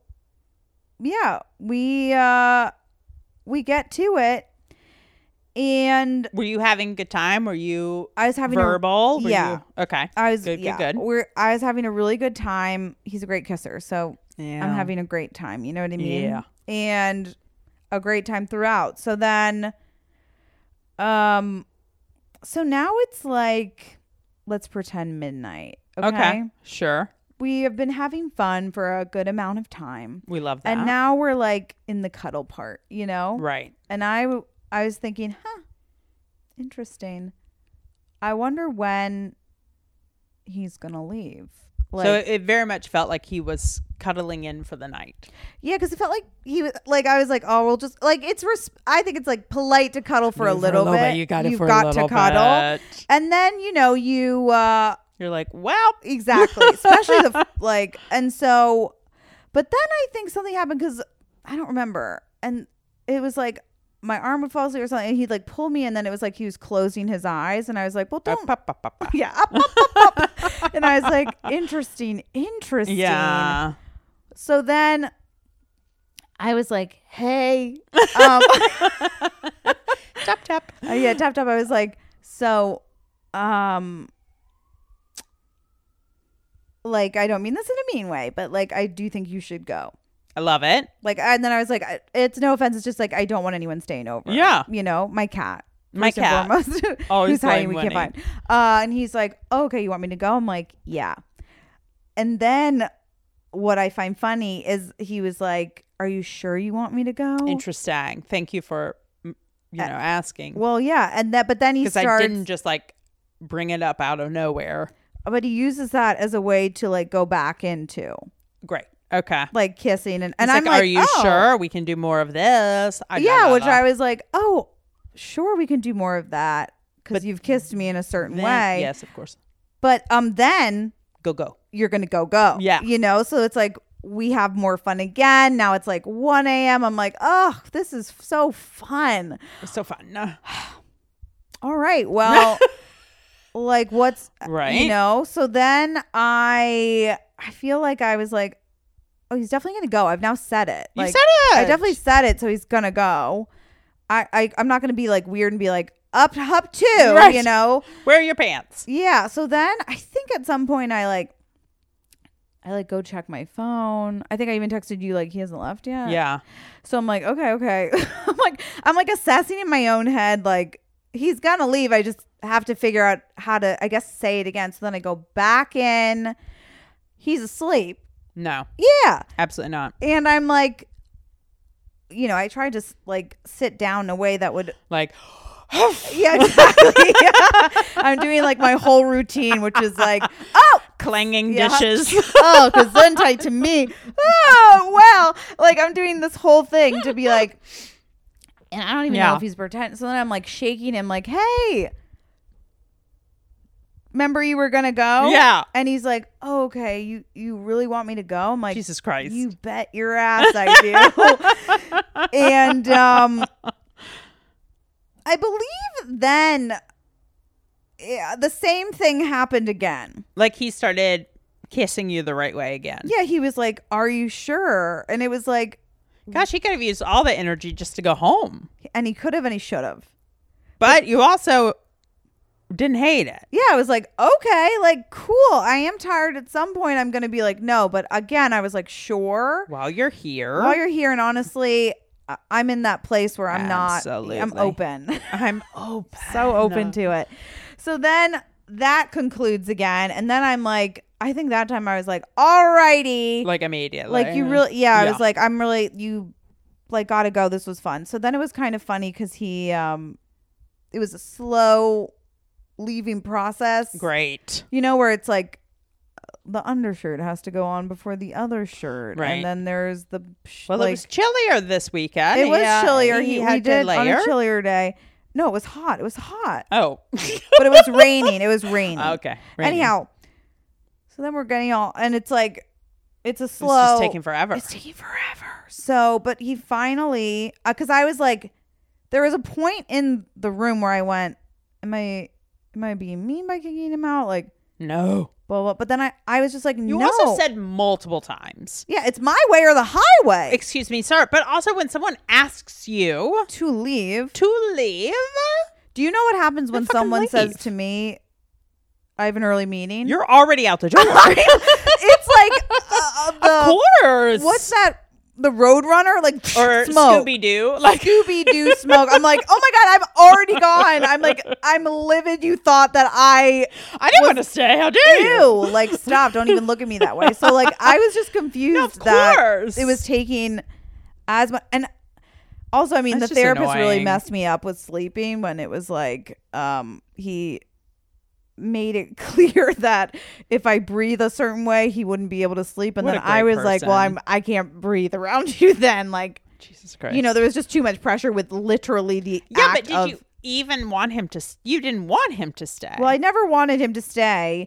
yeah, we uh we get to it and Were you having a good time? Were you I was having a verbal? Were yeah. you- okay. I was Good, good, yeah, good. We're I was having a really good time. He's a great kisser, so Yeah. I'm having a great time. You know what I mean? Yeah. And a great time throughout. So then, um, so now it's like let's pretend midnight. Okay? Okay. Sure. We have been having fun for a good amount of time. We love that. And now we're like in the cuddle part, you know? right. And I w- I was thinking, huh, interesting. I wonder when he's gonna leave. Like, so it very much felt like he was cuddling in for the night. yeah, because it felt like he was like I was like, oh, we'll just like it's. Res- I think it's like polite to cuddle for, a, little bit. You got it You've for a got little to cuddle, bit. and then you know you uh You're like, well, exactly, especially the f- like, and so, but then I think something happened because I don't remember, and it was like. My arm would fall asleep or something, and he'd like pull me, and then it was like he was closing his eyes, and I was like, "Well, don't yeah, up, up, up, up. and I was like, interesting, interesting. yeah. So then I was like, hey, um, Tap tap. uh, yeah, tap tap. I was like, so, um, like I don't mean this in a mean way, but like I do think you should go. I love it. Like, and then I was like, I- it's no offense. It's just like I don't want anyone staying over. Yeah. you know, my cat. My first and cat. foremost, Always who's hiding we blame can't find. Uh, and he's like, oh, okay, you want me to go? I'm like, yeah. And then what I find funny is he was like, are you sure you want me to go? Interesting. Thank you for m- you know asking Uh, Well, yeah, and that, but then he because starts. I didn't just like bring it up out of nowhere. but he uses that as a way to like go back into Great. Okay. like kissing and It's and I'm like, like, are you oh. sure we can do more of this? I yeah, which I was like, oh, sure, we can do more of that because you've kissed me in a certain way. Yes, of course. But um, then Go go. you're gonna go go. Yeah. you know, so it's like we have more fun again. Now it's like 1 a.m. I'm like, oh, this is so fun. It's so fun. All right, well, like what's Right. you know? So then I I feel like I was like, oh, he's definitely gonna go. I've now said it. You Like, said I it. definitely said it, so he's gonna go. I, I I'm not gonna be like weird and be like up up two, Right. you know? Wear your pants. Yeah. So then I think at some point I like I like go check my phone. I think I even texted you like he hasn't left yet. Yeah. So I'm like, okay, okay. I'm like I'm like assessing in my own head like he's gonna leave. I just have to figure out how to I guess say it again. So then I go back in. He's asleep. No, Yeah. absolutely not. And I'm like you know, I tried to s- like sit down in a way that would Like, yeah, exactly. I'm doing like my whole routine, which is like, oh, clanging Yeah. dishes. oh, because then tight to me. Oh, well, like I'm doing this whole thing to be like, and I don't even Yeah. know if he's pretending. So then I'm like shaking him, like, hey, remember you were gonna go? Yeah. And he's like, oh, okay, you you really want me to go? I'm like, Jesus Christ. you bet your ass I do. and um, I believe then. Yeah, the same thing happened again. like he started kissing you the right way again. Yeah, he was like, "Are you sure?" And it was like, Gosh, he could have used all the energy just to go home. and he could have and he should have. But you also didn't hate it. Yeah, I was like, "Okay, like cool. I am tired at some point I'm going to be like, "No," but again, I was like, "Sure." While you're here, While you're here and honestly, I- I'm in that place where I'm not Absolutely. I'm open. I'm open. so open to it. So then that concludes again and then I'm like, I think that time I was like, "All righty." Like immediately. like you really yeah, i Yeah. was like i'm really you like gotta go this was fun so then it was kind of funny because he um it was a slow leaving process Great. you know where it's like uh, the undershirt has to go on before the other shirt Right. and then there's the sh- Well, like it was chillier this weekend. it was Yeah, chillier he, we had to did on layer. a chillier day no it was hot it was hot Oh, but it was raining it was raining okay. anyhow so then we're getting all and it's like it's a it's slow just taking forever. it's taking forever. So, but he finally, because I was like, there was a point in the room where I went, "Am I, am I being mean by kicking him out?" Like, no. blah blah. But then I, I was just like, You "No." also said multiple times. "Yeah, it's my way or the highway." Excuse me, sir. But also, when someone asks you to leave. to leave, Do you know what happens when fucking someone says leave. to me, "I have an early meeting"? you're already out the door. it's like uh, uh, the of course. what's that the Roadrunner, like or smoke. Scooby Doo. Like Scooby Doo smoke. I'm like, oh my god, I'm already gone. I'm like, I'm livid. You thought that I I didn't want to stay. How dare you? ew, like stop. Don't even look at me that way. So like, I was just confused No, of that course. it was taking as much. And also, I mean, That's the just therapist really annoying. messed me up with sleeping when it was like, um, he made it clear that if I breathe a certain way, he wouldn't be able to sleep. And What then a I great was like, well, person. I'm I can't breathe around you. Then like. Jesus Christ. You know, there was just too much pressure with literally the yeah, act but did of- you even want him to? s- You didn't want him to stay. Well, I never wanted him to stay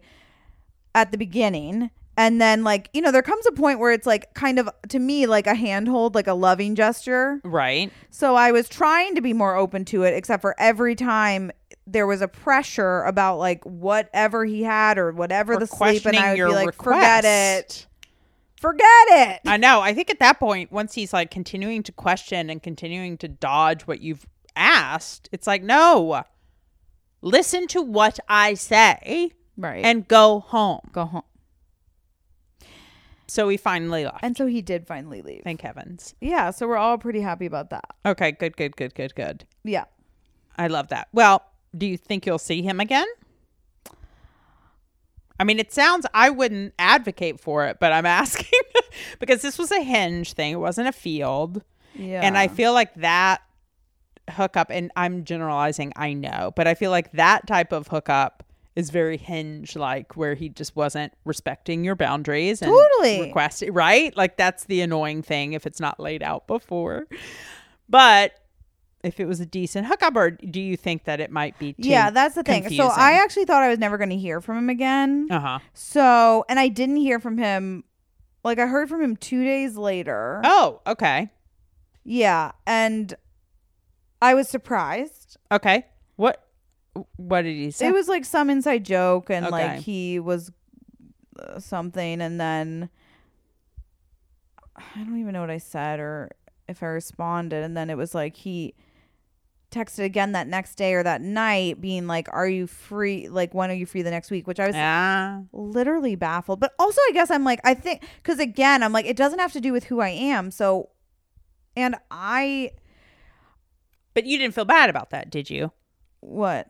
at the beginning. And then, like, you know, there comes a point where it's like kind of to me, like a handhold, like a loving gesture. right. So I was trying to be more open to it, except for every time there was a pressure about like whatever he had or whatever Or the sleep. And I would be like, forget it, request. forget it. I know. I think at that point, once he's like continuing to question and continuing to dodge what you've asked, it's like, no, listen to what I say Right. And and go home. go home. So we finally left. And so he did finally leave. Thank heavens. Yeah. So we're all pretty happy about that. Okay, good, good, good, good, good. Yeah. I love that. Well, do you think you'll see him again? I mean, it sounds I wouldn't advocate for it, but I'm asking because this was a hinge thing. It wasn't a field. Yeah. And I feel like that hookup, and I'm generalizing, I know, but I feel like that type of hookup is very hinge like where he just wasn't respecting your boundaries and Totally. requesting, right? Like that's the annoying thing if it's not laid out before. But if it was a decent hookup, or do you think that it might be too yeah, that's the thing. So I confusing? actually thought I was never going to hear from him again. uh-huh. So, and I didn't hear from him. Like I heard from him two days later. Oh, okay. Yeah, and I was surprised. Okay. What what did he say? It was like some inside joke, and like Okay. he was uh, something, and then I don't even know what I said or if I responded, and then it was like he texted again that next day or that night, being like, "Are you free? Like, when are you free the next week?" Which I was ah, literally baffled. But also, I guess I'm like, I think, because again, I'm like, it doesn't have to do with who I am. So, and I, but you didn't feel bad about that, did you? what?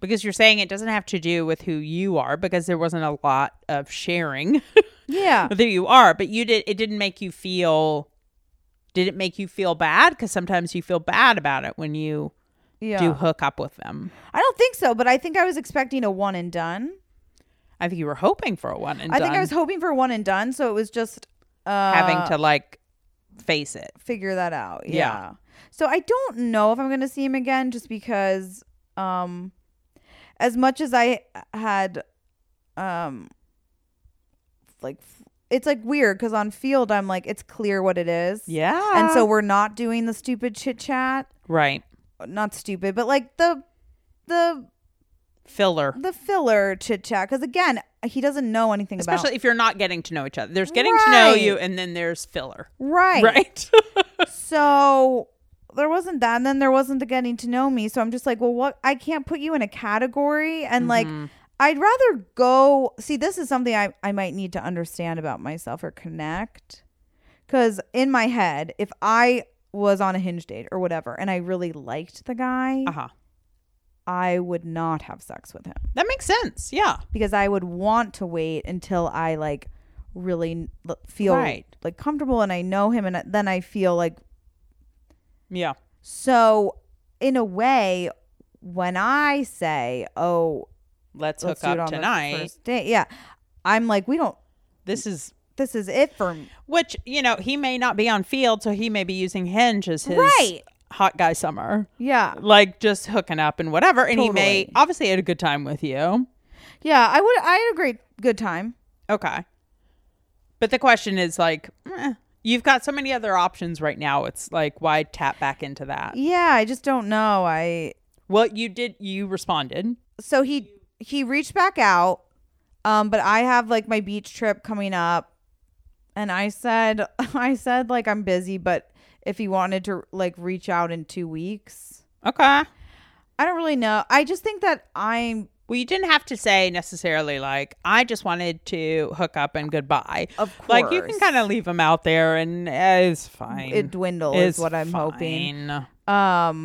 because you're saying it doesn't have to do with who you are because there wasn't a lot of sharing Yeah. who you are but you did it didn't make you feel did it make you feel bad because sometimes you feel bad about it when you Yeah. do hook up with them I don't think so, but I think I was expecting a one and done. i think you were hoping for a one and I think I done, was hoping for one and done. So it was just uh, having to like face it figure that out. Yeah. Yeah. So I don't know if I'm going to see him again just because um as much as I had um like it's like weird cuz on field I'm like it's clear what it is. yeah And so we're not doing the stupid chit chat. right Not stupid, but like the the filler the filler chit chat cuz again, he doesn't know anything especially if you're not getting to know each other there's getting to know you and then there's filler about Right. right So there wasn't that. And then there wasn't the getting to know me. So I'm just like, well, what? I can't put you in a category. And Mm-hmm. like, I'd rather go see, this is something I, I might need to understand about myself or connect. Cause in my head, if I was on a hinge date or whatever and I really liked the guy, uh-huh I would not have sex with him that makes sense yeah because I would want to wait until I like really l- feel Right. like comfortable and I know him and then I feel like yeah So, in a way, when I say, "Oh, let's, let's do hook it on up the tonight first date," yeah, I'm like, we don't. this is This is it for me. Which, you know, he may not be on field, so he may be using Hinge as his Right. hot guy summer. Yeah, Like just hooking up and whatever. And he may Totally. obviously had a good time with you. yeah. I would. I had a great good time. Okay. But the question is like, eh, you've got so many other options right now. It's like, why tap back into that? Yeah, I just don't know. I Well, you did, you responded. so he he reached back out, um, but I have like my beach trip coming up, and I said I said like I'm busy, but if he wanted to like reach out in two weeks, Okay. I don't really know. I just think that I'm Well, you didn't have to say necessarily like I just wanted to hook up and goodbye. Of like you can course. kind of leave them out there, and eh, it's fine. It dwindles is what I'm hoping. fine. Um,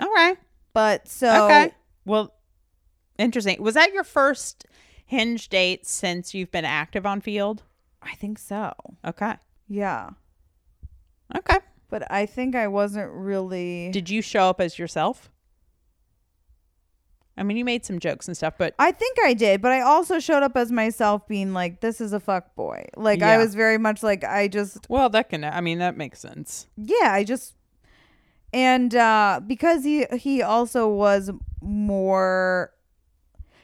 All right. but so okay. Well, interesting. Was that your first hinge date since you've been active on field? I think so. Okay. Yeah. Okay. But I think I wasn't really. Did you show up as yourself? I mean, you made some jokes and stuff, but I think I did, but I also showed up as myself being like, this is a fuck boy. Like, I Yeah. was very much like, I just, well, that can. I mean, that makes sense. yeah, I just. And uh, because he he also was more.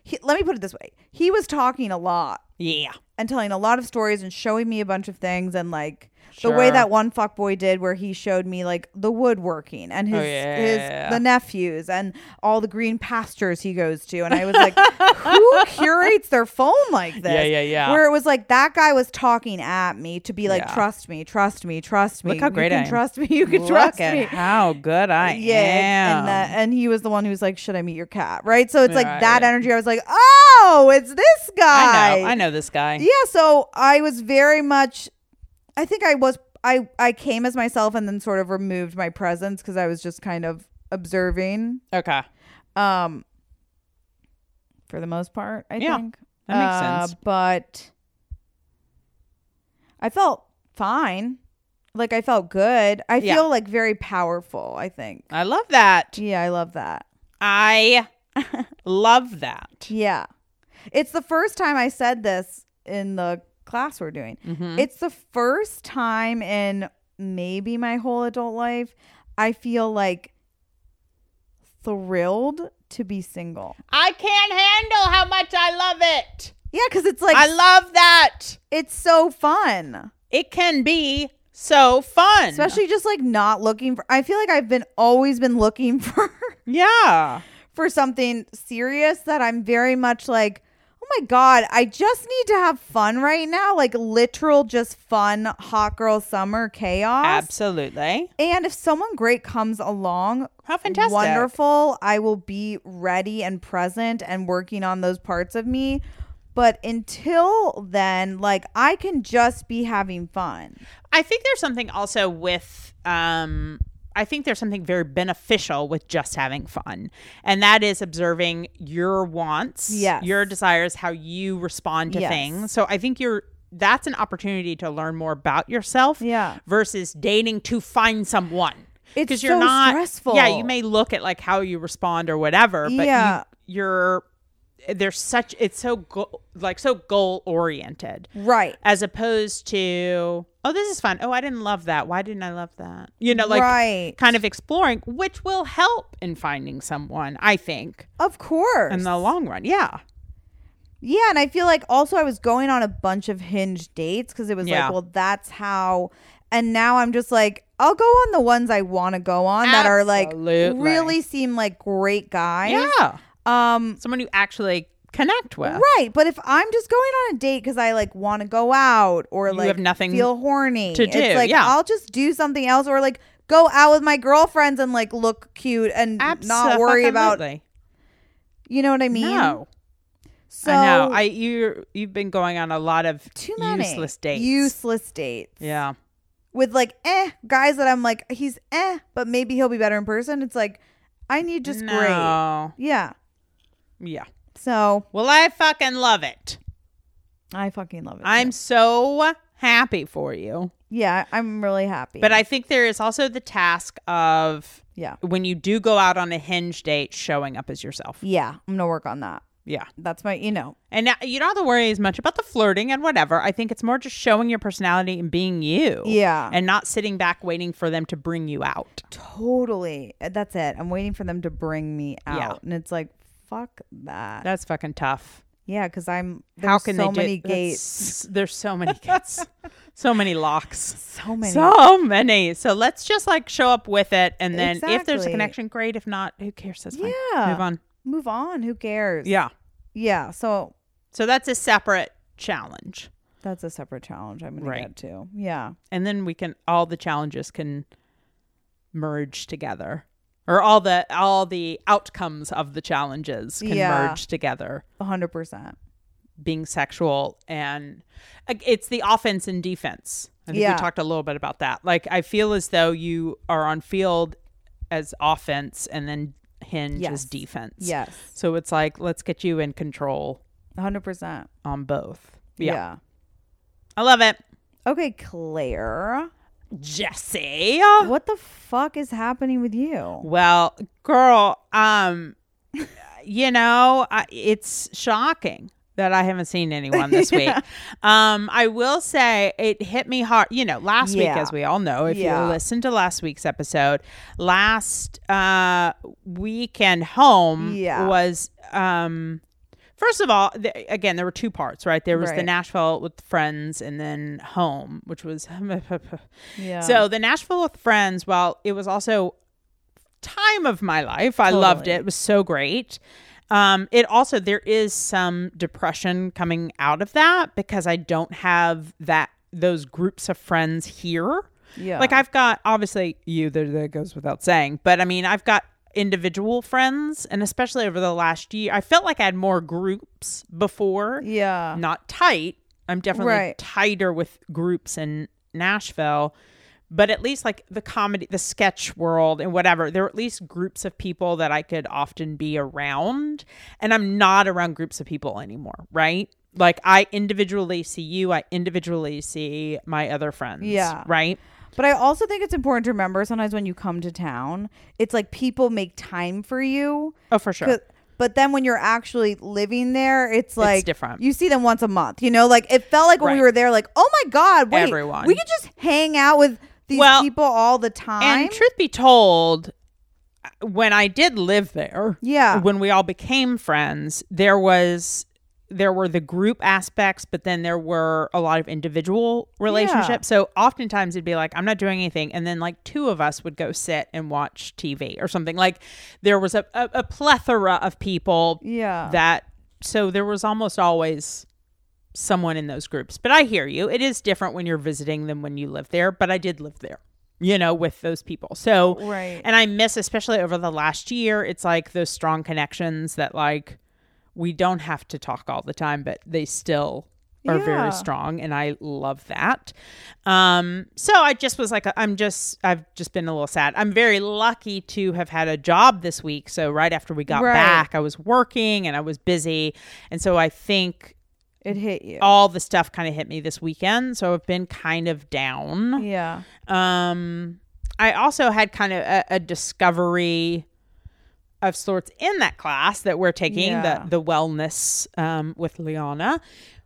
He, let me put it this way he was talking a lot Yeah. and telling a lot of stories and showing me a bunch of things and like the way Sure. that one fuckboy did where he showed me like the woodworking and his Oh, yeah, yeah, his the yeah. nephews and all the green pastures he goes to and I was like who curates their phone like this Yeah, yeah, yeah. where it was like that guy was talking at me to be like Yeah. trust me trust me trust me Look how You great can I am. trust me you can Look trust at me how good I yeah, am. and that, and he was the one who was like, "Should I meet your cat?" Right, so it's like Right. that energy. I was like, "Oh, it's this guy." I know. I know this guy. yeah so i was very much i think i was i i came as myself and then sort of removed my presence because i was just kind of observing Okay. um for the most part i Yeah, think Uh, that makes sense. but i felt fine like i felt good i Yeah. feel like very powerful i think I love that. yeah i love that I love that. Yeah. It's the first time I said this in the class we're doing. It's the first time in maybe my whole adult life I feel like thrilled to be single. I can't handle how much I love it. Yeah, cuz it's like I love that. it's so fun. It can be so fun. Especially just like not looking for I feel like I've been always been looking for Yeah. for something serious that I'm very much like, oh my God, I just need to have fun right now. Like literal just fun hot girl summer chaos. Absolutely. And if someone great comes along, How fantastic. wonderful, I will be ready and present and working on those parts of me. But until then, like I can just be having fun. I think there's something also with um I think there's something very beneficial with just having fun. And that is observing your wants, Yes. your desires, how you respond to Yes. things. So I think you're that's an opportunity to learn more about yourself Yeah. versus dating to find someone. It's 'Cause you're so not stressful. Yeah, you may look at like how you respond or whatever, but Yeah. you, you're there's such it's so go- like so goal oriented Right. as opposed to oh this is fun oh i didn't love that why didn't i love that you know like Right. kind of exploring which will help in finding someone i think Of course. in the long run yeah Yeah, and I feel like also I was going on a bunch of hinge dates because it was Yeah. like, well, that's how. And now I'm just like, I'll go on the ones I want to go on that are like Absolutely. really seem like great guys. yeah Um. someone you actually connect with Right, but if I'm just going on a date because I like want to go out or like have nothing feel horny, to do, it's like yeah. I'll just do something else or like go out with my girlfriends and like look cute and not worry about Abso-fucking-lutely. you know what I mean. no so i know i you you've been going on a lot of too many useless dates useless dates. yeah with like eh guys that I'm like he's eh, but maybe he'll be better in person. It's like I need just great. no. Yeah. yeah So well i fucking love it I fucking love it. i'm too. so happy for you yeah, I'm really happy. But I think there is also the task of yeah when you do go out on a hinge date, showing up as yourself. yeah I'm gonna work on that. Yeah. That's my you know And now, you don't have to worry as much about the flirting and whatever. I think it's more just showing your personality and being you. Yeah. And not sitting back waiting for them to bring you out. totally. That's it. I'm waiting for them to bring me out, Yeah. and it's like fuck that. That's fucking tough. yeah, because I'm there's How can so they do many that's- gates, There's so many gates. so many locks. so many. So many. So let's just like show up with it. And then if there's a Exactly. connection, great. If not, who cares? That's fine. Yeah. Move on. Move on. Who cares? Yeah. yeah. So So that's a separate challenge. that's a separate challenge. I'm gonna Right. get to. Yeah. and then we can all the challenges can merge together or all the all the outcomes of the challenges can Yeah. merge together. 100%. being sexual and ag- it's the offense and defense. I think Yeah. we talked a little bit about that. Like I feel as though you are on field as offense and then hinge Yes. as defense. Yes. So it's like let's get you in control 100%. on both. Yeah. Yeah. I love it. Okay, Claire. Jesse. What the fuck is happening with you? Well, girl, um you know, I, it's shocking that I haven't seen anyone this week. Um I will say it hit me hard, you know, last week Yeah. as we all know if Yeah. you listened to last week's episode, last uh weekend home Yeah. was um First of all, th- again, there were two parts, right? There was the Right. Nashville with friends and then home, which was Yeah. So the Nashville with Friends, while it was also time of my life, I loved it. Totally. It was so great. Um, it also there is some depression coming out of that because I don't have that those groups of friends here. Yeah. Like I've got obviously you there that goes without saying, but I mean I've got individual friends and especially over the last year I felt like I had more groups before Yeah. not tight. I'm definitely Right. tighter with groups in Nashville, but at least like the comedy, the sketch world, and whatever, there are at least groups of people that I could often be around. And I'm not around groups of people anymore, right? Like I individually see you, I individually see my other friends. Yeah. Right? But I also think it's important to remember sometimes when you come to town, it's like people make time for you. Oh, for sure. 'Cause- But then when you're actually living there, it's like different. You see them once a month, you know. Like it felt like when we Right. were there, like oh my god, wait, Everyone. we could just hang out with these Well, people all the time. And truth be told, when I did live there, Yeah. when we all became friends, there was there were the group aspects, but then there were a lot of individual relationships. So oftentimes it'd be like, I'm not doing anything, and then like two of us would go sit and watch TV or something. Like there was a, a, a plethora of people yeah, that so there was almost always someone in those groups but i hear you it is different when you're visiting than when you live there but i did live there you know with those people so Right. and i miss especially over the last year it's like those strong connections that like we don't have to talk all the time but they still are Yeah. very strong and i love that um so i just was like i'm just i've just been a little sad i'm very lucky to have had a job this week so right after we got Right. back i was working and i was busy and so i think it hit you. all the stuff kind of hit me this weekend so i've been kind of down yeah, um, I also had kind of a, a discovery of sorts in that class that we're taking Yeah. the the wellness um, with Liana.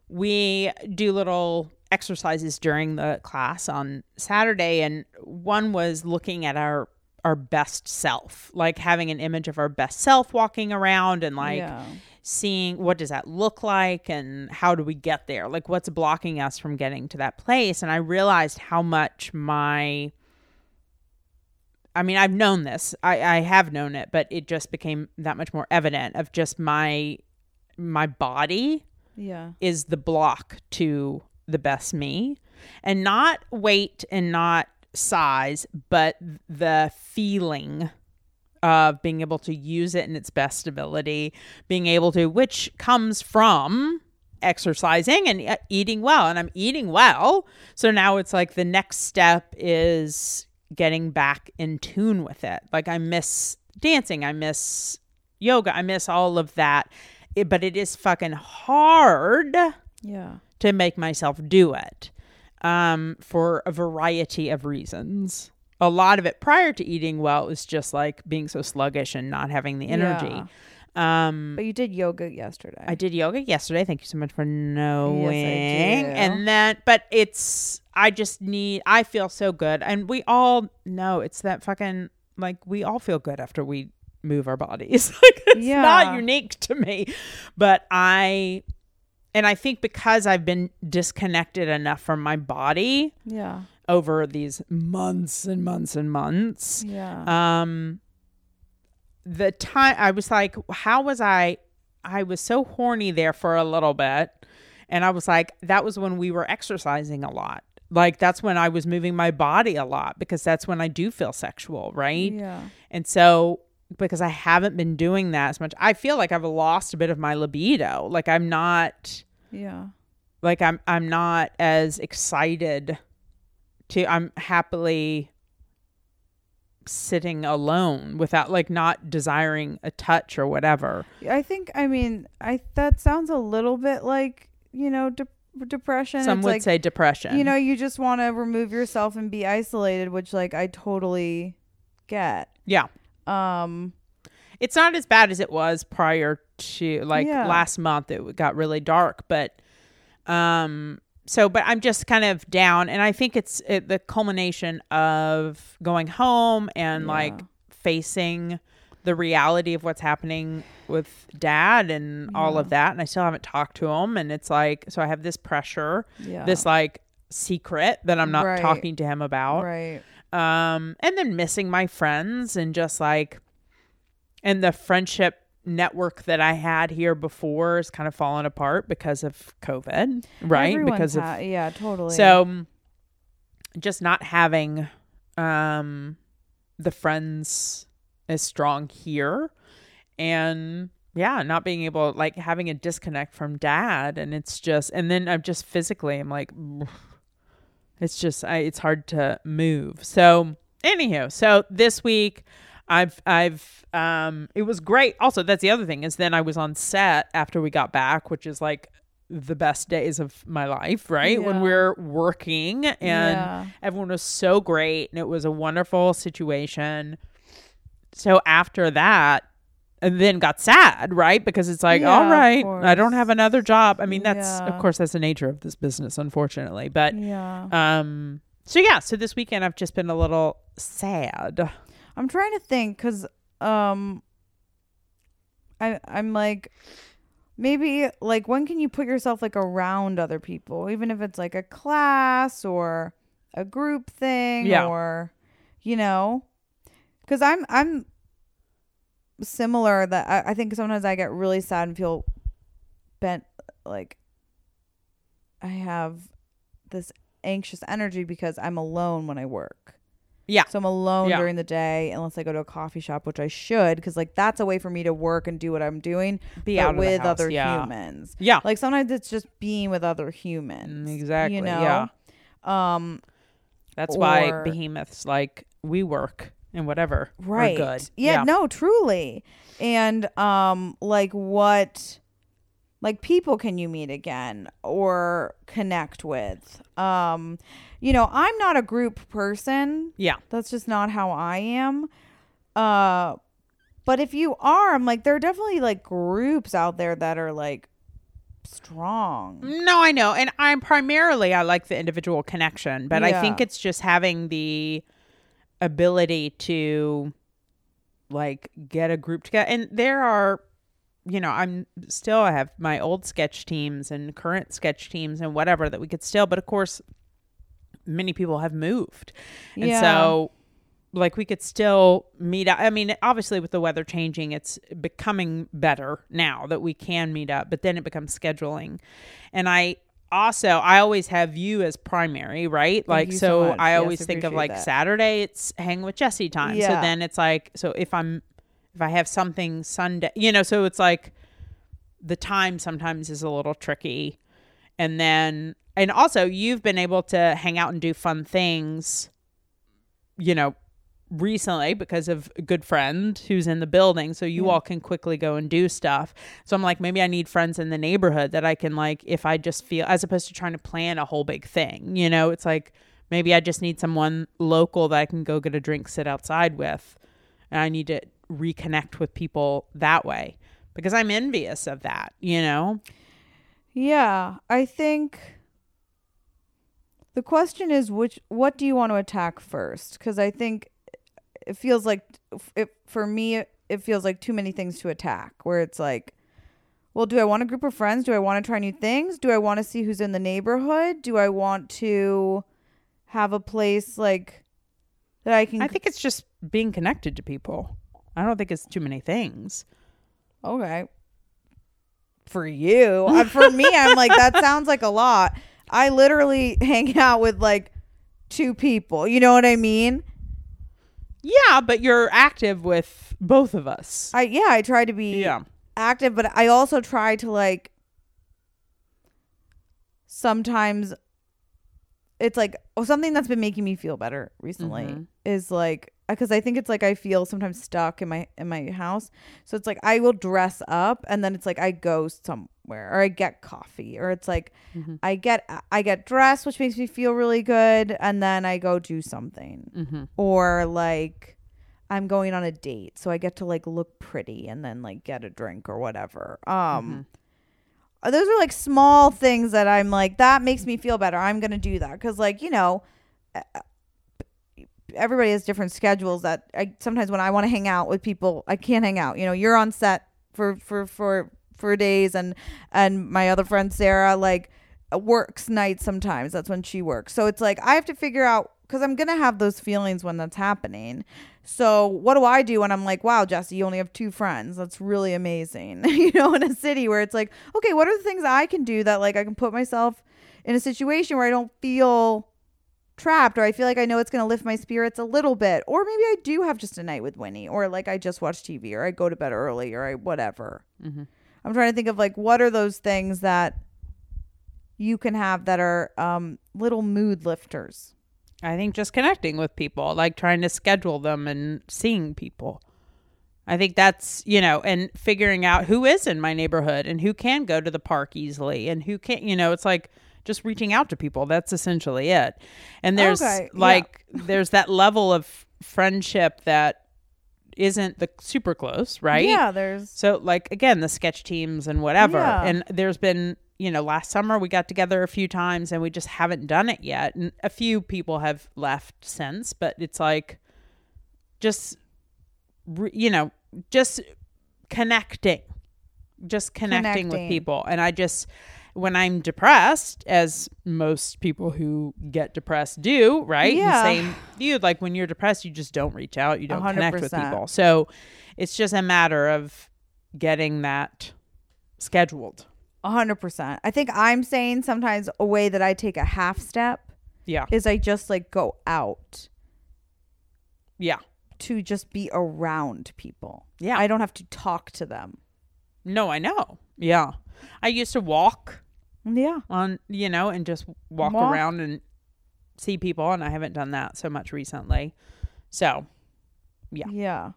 We do little exercises during the class on Saturday, and one was looking at our our best self, like having an image of our best self walking around and like yeah, seeing what does that look like and how do we get there like what's blocking us from getting to that place and i realized how much my i mean i've known this i, I have known it but it just became that much more evident of just my my body yeah, is the block to the best me and not weight and not size but the feeling of being able to use it in its best ability being able to which comes from exercising and uh, eating well and i'm eating well so now it's like the next step is getting back in tune with it like i miss dancing i miss yoga i miss all of that It- but it is fucking hard yeah, to make myself do it um, for a variety of reasons. A lot of it prior to eating well was just like being so sluggish and not having the energy. Um, But you did yoga yesterday. I did yoga yesterday. Thank you so much for knowing. do. And then, but it's, I just need, I feel so good. And we all know it's that fucking, like, we all feel good after we move our bodies. like, it's Yeah. not unique to me. But I, and I think because I've been disconnected enough from my body yeah, over these months and months and months, yeah, um the time i was like how was i i was so horny there for a little bit and i was like that was when we were exercising a lot like that's when I was moving my body a lot because that's when I do feel sexual, right? Yeah. And so because I haven't been doing that as much, I feel like I've lost a bit of my libido. Like I'm not Yeah. like I'm I'm not as excited to I'm happily sitting alone without like not desiring a touch or whatever. I think I mean I that sounds a little bit like you know de- depression. Some It's would like, say depression. you know you just want to remove yourself and be isolated, which like I totally get. yeah. Um, It's not as bad as it was prior to like Yeah. last month it got really dark, but um so but I'm just kind of down and I think it's it, the culmination of going home and like facing the reality of what's happening with dad and all of that and I still haven't talked to him and it's like so I have this pressure Yeah. this like secret that I'm not Right. talking to him about right. um and then missing my friends and just like and the friendship network that I had here before is kind of fallen apart because of COVID, right? Everyone's because ha- of yeah, totally. so um, just not having um the friends as strong here and yeah, not being able like having a disconnect from dad and it's just and then I'm just physically I'm like it's just I, it's hard to move. So anywho, so this week I've I've um it was great. Also, that's the other thing is then I was on set after we got back, which is like the best days of my life, right? When Yeah. we're working and Yeah. everyone was so great and it was a wonderful situation. So after that, and then got sad, right? Because it's like, Yeah, all of right, I don't course. have another job. I mean, that's of Yeah. course that's the nature of this business, unfortunately. But yeah. um so yeah, so this weekend I've just been a little sad. I'm trying to think because um, I I'm like maybe like when can you put yourself like around other people, even if it's like a class or a group thing Yeah. or you know, because I'm I'm similar that I, I think sometimes I get really sad and feel bent like I have this anxious energy because I'm alone when I work. Yeah. So I'm alone Yeah. during the day unless I go to a coffee shop, which I should, because like that's a way for me to work and do what I'm doing, Be but out of the with house, other yeah. humans. Yeah. Like sometimes it's just being with other humans. Mm, exactly, You know? Yeah. Um. That's why Or- behemoths like we work and whatever. are Right. good. Yeah, No. Truly. And um, like what, like people can you meet again or connect with? Um, you know, I'm not a group person. Yeah. That's just not how I am. Uh but if you are, I'm like there are definitely like groups out there that are like strong. No, I know. And I'm primarily I like the individual connection, but I Yeah. think it's just having the ability to like get a group together. And there are you know, I'm still I have my old sketch teams and current sketch teams and whatever that we could still, but of course many people have moved. And Yeah. so like we could still meet up. I mean, obviously with the weather changing, it's becoming better now that we can meet up, but then it becomes scheduling. And I also I always have you as primary, right? like you so, so much. I Yes, always think of appreciate like that. Saturday it's hang with Jesse time. So Yeah. then it's like so if I'm if I have something Sunday, you know, so it's like the time sometimes is a little tricky. And then and also you've been able to hang out and do fun things you know, recently because of a good friend who's in the building. So you all can quickly go and do stuff. So I'm like, maybe I need friends in the neighborhood that I can, like, if I just feel, as opposed to trying to plan a whole big thing, you know, it's like maybe I just need someone local that I can go get a drink, sit outside with. And I need to reconnect with people that way because I'm envious of that, you know? Yeah, I think the question is which what do you want to attack first? Cuz I think it feels like it, for me it feels like too many things to attack where it's like well, do I want a group of friends? Do I want to try new things? Do I want to see who's in the neighborhood? Do I want to have a place like that I can I think it's just being connected to people. I don't think it's too many things. Okay. For you. Uh, For me, I'm like, that sounds like a lot. I literally hang out with like two people. You know what I mean? Yeah, but you're active with both of us. I yeah, I try to be Yeah. active, but I also try to like sometimes it's like oh, something that's been making me feel better recently is like because I think it's like I feel sometimes stuck in my in my house. So it's like I will dress up and then it's like I go somewhere or I get coffee or it's like I get I get dressed which makes me feel really good and then I go do something. Or like I'm going on a date, so I get to like look pretty and then like get a drink or whatever. Um those are like small things that I'm like that makes me feel better. I'm going to do that cuz like, you know, everybody has different schedules that I sometimes when I want to hang out with people, I can't hang out. You know, you're on set for for for for days and and my other friend Sarah like works nights sometimes. That's when she works. So it's like I have to figure out cuz I'm going to have those feelings when that's happening. So what do I do when I'm like, wow, Jesse, you only have two friends. That's really amazing. you know, in a city where it's like, okay, what are the things I can do that like I can put myself in a situation where I don't feel trapped or I feel like I know it's going to lift my spirits a little bit or maybe I do have just a night with Winnie or like I just watch TV or I go to bed early or I whatever. Mm-hmm. I'm trying to think of like what are those things that you can have that are um, little mood lifters. I think just connecting with people, like trying to schedule them and seeing people. I think that's, you know, and figuring out who is in my neighborhood and who can go to the park easily and who can't, you know, it's like just reaching out to people. That's essentially it. And there's Okay, yeah. like, there's that level of friendship that isn't the super close, right? Yeah, there's So like again, the sketch teams and whatever. Yeah. And there's been, you know, last summer we got together a few times and we just haven't done it yet. And a few people have left since, but it's like just re- you know, just connecting. Just connecting, with Connecting. people. And I just when I'm depressed, as most people who get depressed do, right? And Yeah. same you like when you're depressed, you just don't reach out, you don't connect with 100%. people. So it's just a matter of getting that scheduled. 100%. I think I'm saying sometimes a way that I take a half step Yeah. is I just like go out Yeah. to just be around people. Yeah. I don't have to talk to them. No, I know. Yeah. I used to walk Yeah. on, you know, and just walk, Walk. around and see people. And I haven't done that so much recently. So Yeah. Yeah.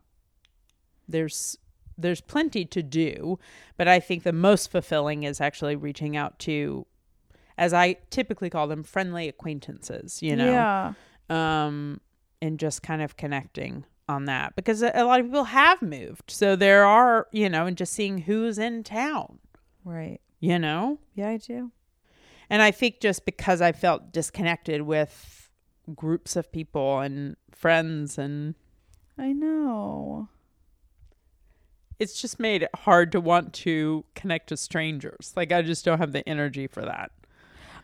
there's there's plenty to do but i think the most fulfilling is actually reaching out to as i typically call them friendly acquaintances you know Yeah. um, and just kind of connecting on that because a, a lot of people have moved. So there are, you know, and just seeing who's in town, Right. you know? Yeah, I do. And I think just because I felt disconnected with groups of people and friends, and I know. it's just made it hard to want to connect to strangers. Like, I just don't have the energy for that.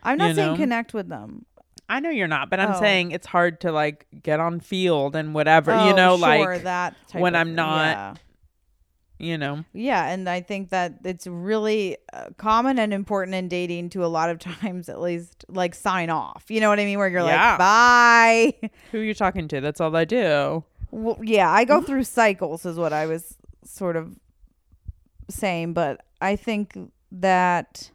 I'm not You saying know? connect with them. I know you're not, but I'm Oh. saying it's hard to like get on field and whatever, you Oh, know, sure, like, that type when of I'm thing. not- you know, Yeah. yeah, and I think that it's really uh, common and important in dating to a lot of times, at least, like sign off. You know what I mean? Where you're Yeah. like, bye. who you're talking to. That's all I do. well, yeah, I go through cycles, is what I was sort of saying, but I think that.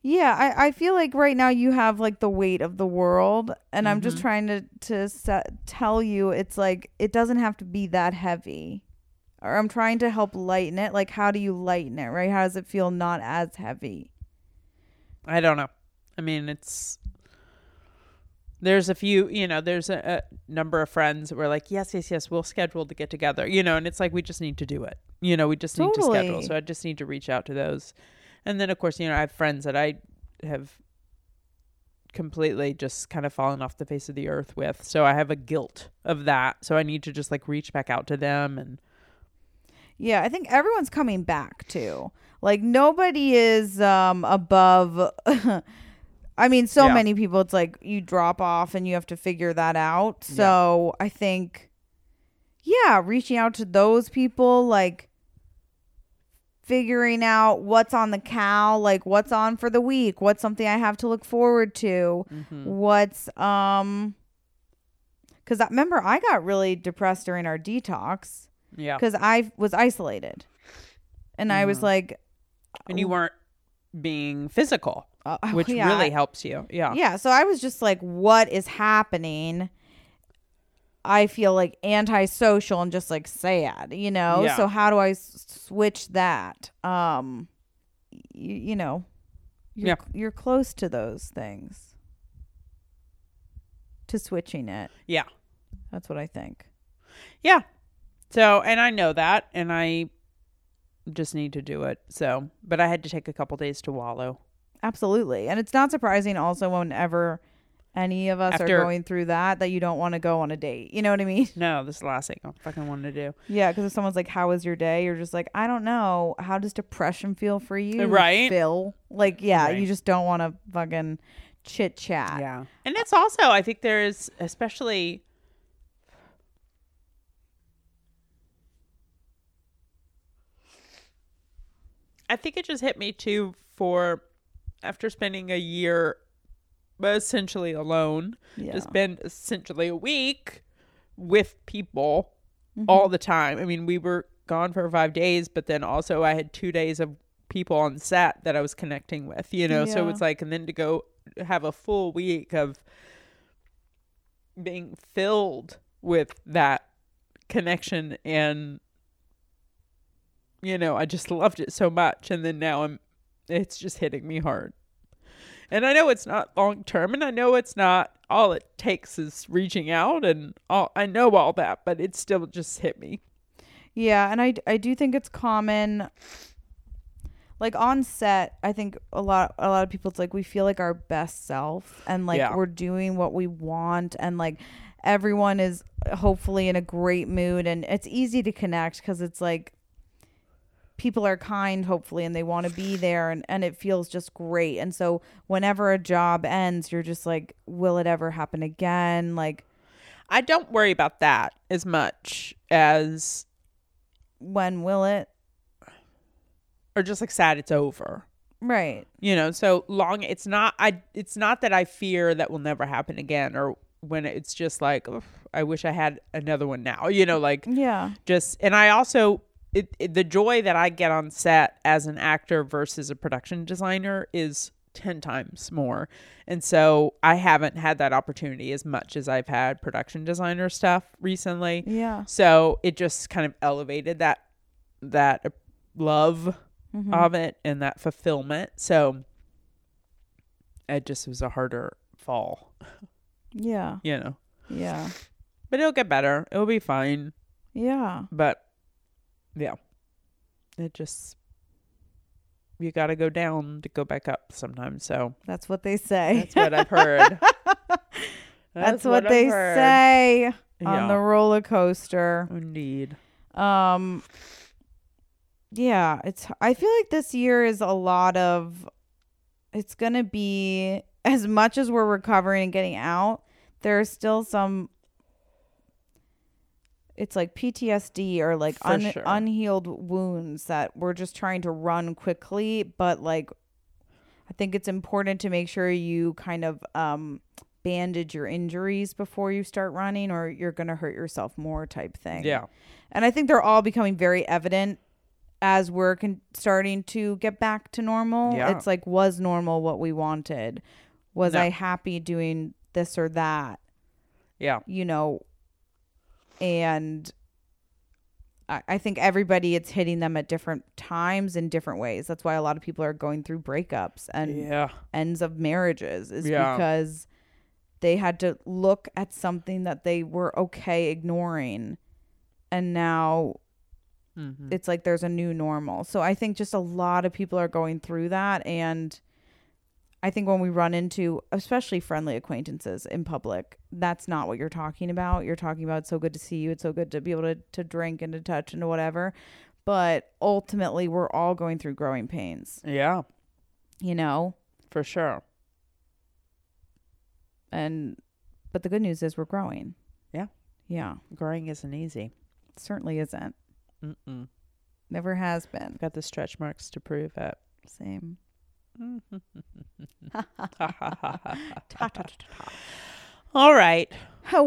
Yeah, I, I feel like right now you have like the weight of the world, and I'm just trying to to se- tell you it's like it doesn't have to be that heavy, or I'm trying to help lighten it. Like, how do you lighten it? Right? How does it feel not as heavy? I don't know. I mean, it's there's a few, you know, there's a, a number of friends that were like, yes, yes, yes, we'll schedule to get together, you know, and it's like we just need to do it, you know, we just need to schedule. Totally. So I just need to reach out to those, and then of course, you know, I have friends that I have completely just kind of fallen off the face of the earth with, so I have a guilt of that. So I need to just like reach back out to them and Yeah, I think everyone's coming back too. Like nobody is um above I mean so Yeah. many people it's like you drop off and you have to figure that out. So I think yeah, reaching out to those people like figuring out what's on the cal, like what's on for the week, what's something I have to look forward to, what's um cuz remember I got really depressed during our detox Yeah. Mm. cuz I was isolated. And I was like And you weren't being physical, Uh, which yeah, really I- helps you. Yeah. yeah, so I was just like what is happening? I feel like antisocial and just like sad, you know? Yeah. So how do I s- switch that? Um y- you know, you're, Yeah. you're close to those things. To switching it. Yeah. That's what I think. Yeah. So, and I know that, and I just need to do it. So, but I had to take a couple days to wallow. Absolutely. And it's not surprising also whenever any of us After- are going through that that you don't want to go on a date. You know what I mean? No, this is the last thing I fucking wanted to do. Yeah, because if someone's like, "How was your day?" You're just like, "I don't know. How does depression feel for you, Right. Phil? Like, yeah, Right. you just don't want to fucking chit chat. Yeah. And it's also, I think there's especially. I think it just hit me too for after spending a year essentially alone, Yeah. to spend essentially a week with people all the time. I mean, we were gone for five days, but then also I had two days of people on set that I was connecting with, you know? So Yeah. it's like, and then to go have a full week of being filled with that connection and you know i just loved it so much and then now i'm it's just hitting me hard and i know it's not long term and i know it's not all it takes is reaching out and all i know all that but it still just hit me Yeah, and I I do think it's common. Like on set, I think a lot a lot of people it's like we feel like our best self and like Yeah. we're doing what we want and like everyone is hopefully in a great mood and it's easy to connect cuz it's like people are kind hopefully and they want to be there and and it feels just great. And so whenever a job ends, you're just like will it ever happen again? Like i don't worry about that as much as when will it? or just like sad it's over Right. you know so long it's not i it's not that i fear that will never happen again or when it's just like "Oof, i wish i had another one now you know like Yeah. just and i also it, it- the joy that i get on set as an actor versus a production designer is 10 times more and so i haven't had that opportunity as much as i've had production designer stuff recently Yeah. so it just kind of elevated that that uh, love Mm-hmm. of it and that fulfillment so it just was a harder fall Yeah. you know Yeah. but it'll get better it'll be fine Yeah. but yeah it just you got to go down to go back up sometimes so That's what they say. that's what i've heard That's, what, they I've heard. say Yeah. on the roller coaster. indeed Um yeah, it's I feel like this year is a lot of it's going to be as much as we're recovering and getting out, there's still some it's like PTSD or like For un, sure. unhealed wounds that we're just trying to run quickly, but like I think it's important to make sure you kind of um, bandage your injuries before you start running, or you're going to hurt yourself more, type thing. Yeah. And I think they're all becoming very evident as we're con- starting to get back to normal. Yeah. It's like, was normal what we wanted? Was No. I happy doing this or that? yeah you know, and I, I think everybody it's hitting them at different times in different ways. That's why a lot of people are going through breakups and yeah ends of marriages is Yeah. because they had to look at something that they were okay ignoring and now Mm-hmm. it's like there's a new normal. So I think just a lot of people are going through that and I think when we run into especially friendly acquaintances in public, that's not what you're talking about. You're talking about it's so good to see you, it's so good to be able to, to drink and to touch and to whatever. But ultimately we're all going through growing pains, yeah you know? for sure and but the good news is we're growing. Yeah. Yeah. growing isn't easy It certainly isn't. Mm-mm. Never has been. Got the stretch marks to prove it. Same. All right. Oh,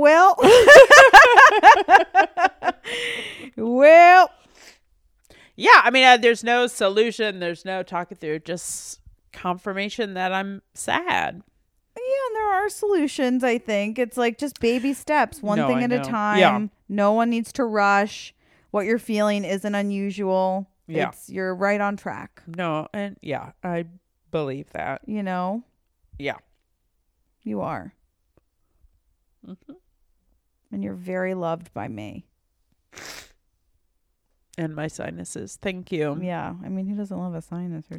Well, well, Yeah, I mean, uh, there's no solution. There's no talking through. Just confirmation that I'm sad. yeah, and there are solutions. I think it's like just baby steps, one No, thing I at a know. time. Yeah. No one needs to rush. What you're feeling isn't unusual. Yeah. It's you're right on track. No, and yeah, I believe that. You know, Yeah. you are, Mm-hmm. and you're very loved by me. And my sinuses. Thank you. Yeah, I mean, who doesn't love a sinus or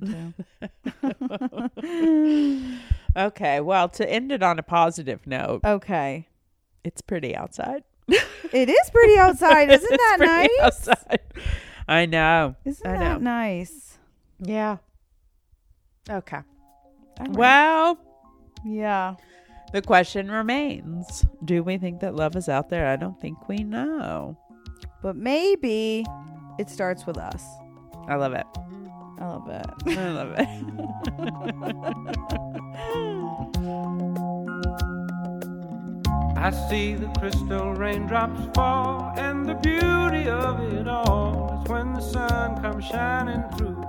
two? Okay. Well, to end it on a positive note, okay, it's pretty outside. it is pretty outside. Isn't It's that pretty nice? outside. I know. Isn't I that know. nice? Yeah. Okay. All right. Well, yeah. the question remains Do we think that love is out there? I don't think we know. But maybe it starts with us. I love it. I love it. I love it. I see the crystal raindrops fall, and the beauty of it all is when the sun comes shining through.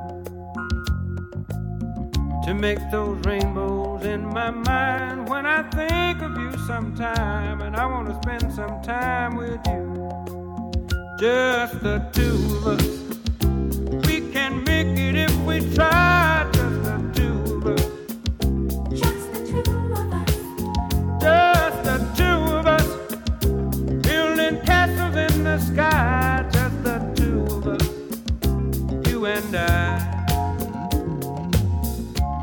To make those rainbows in my mind when I think of you sometime, and I want to spend some time with you. Just the two of us. We can make it if we try, just the two of us. Just the two of us building castles in the sky. Just the two of us, you and I.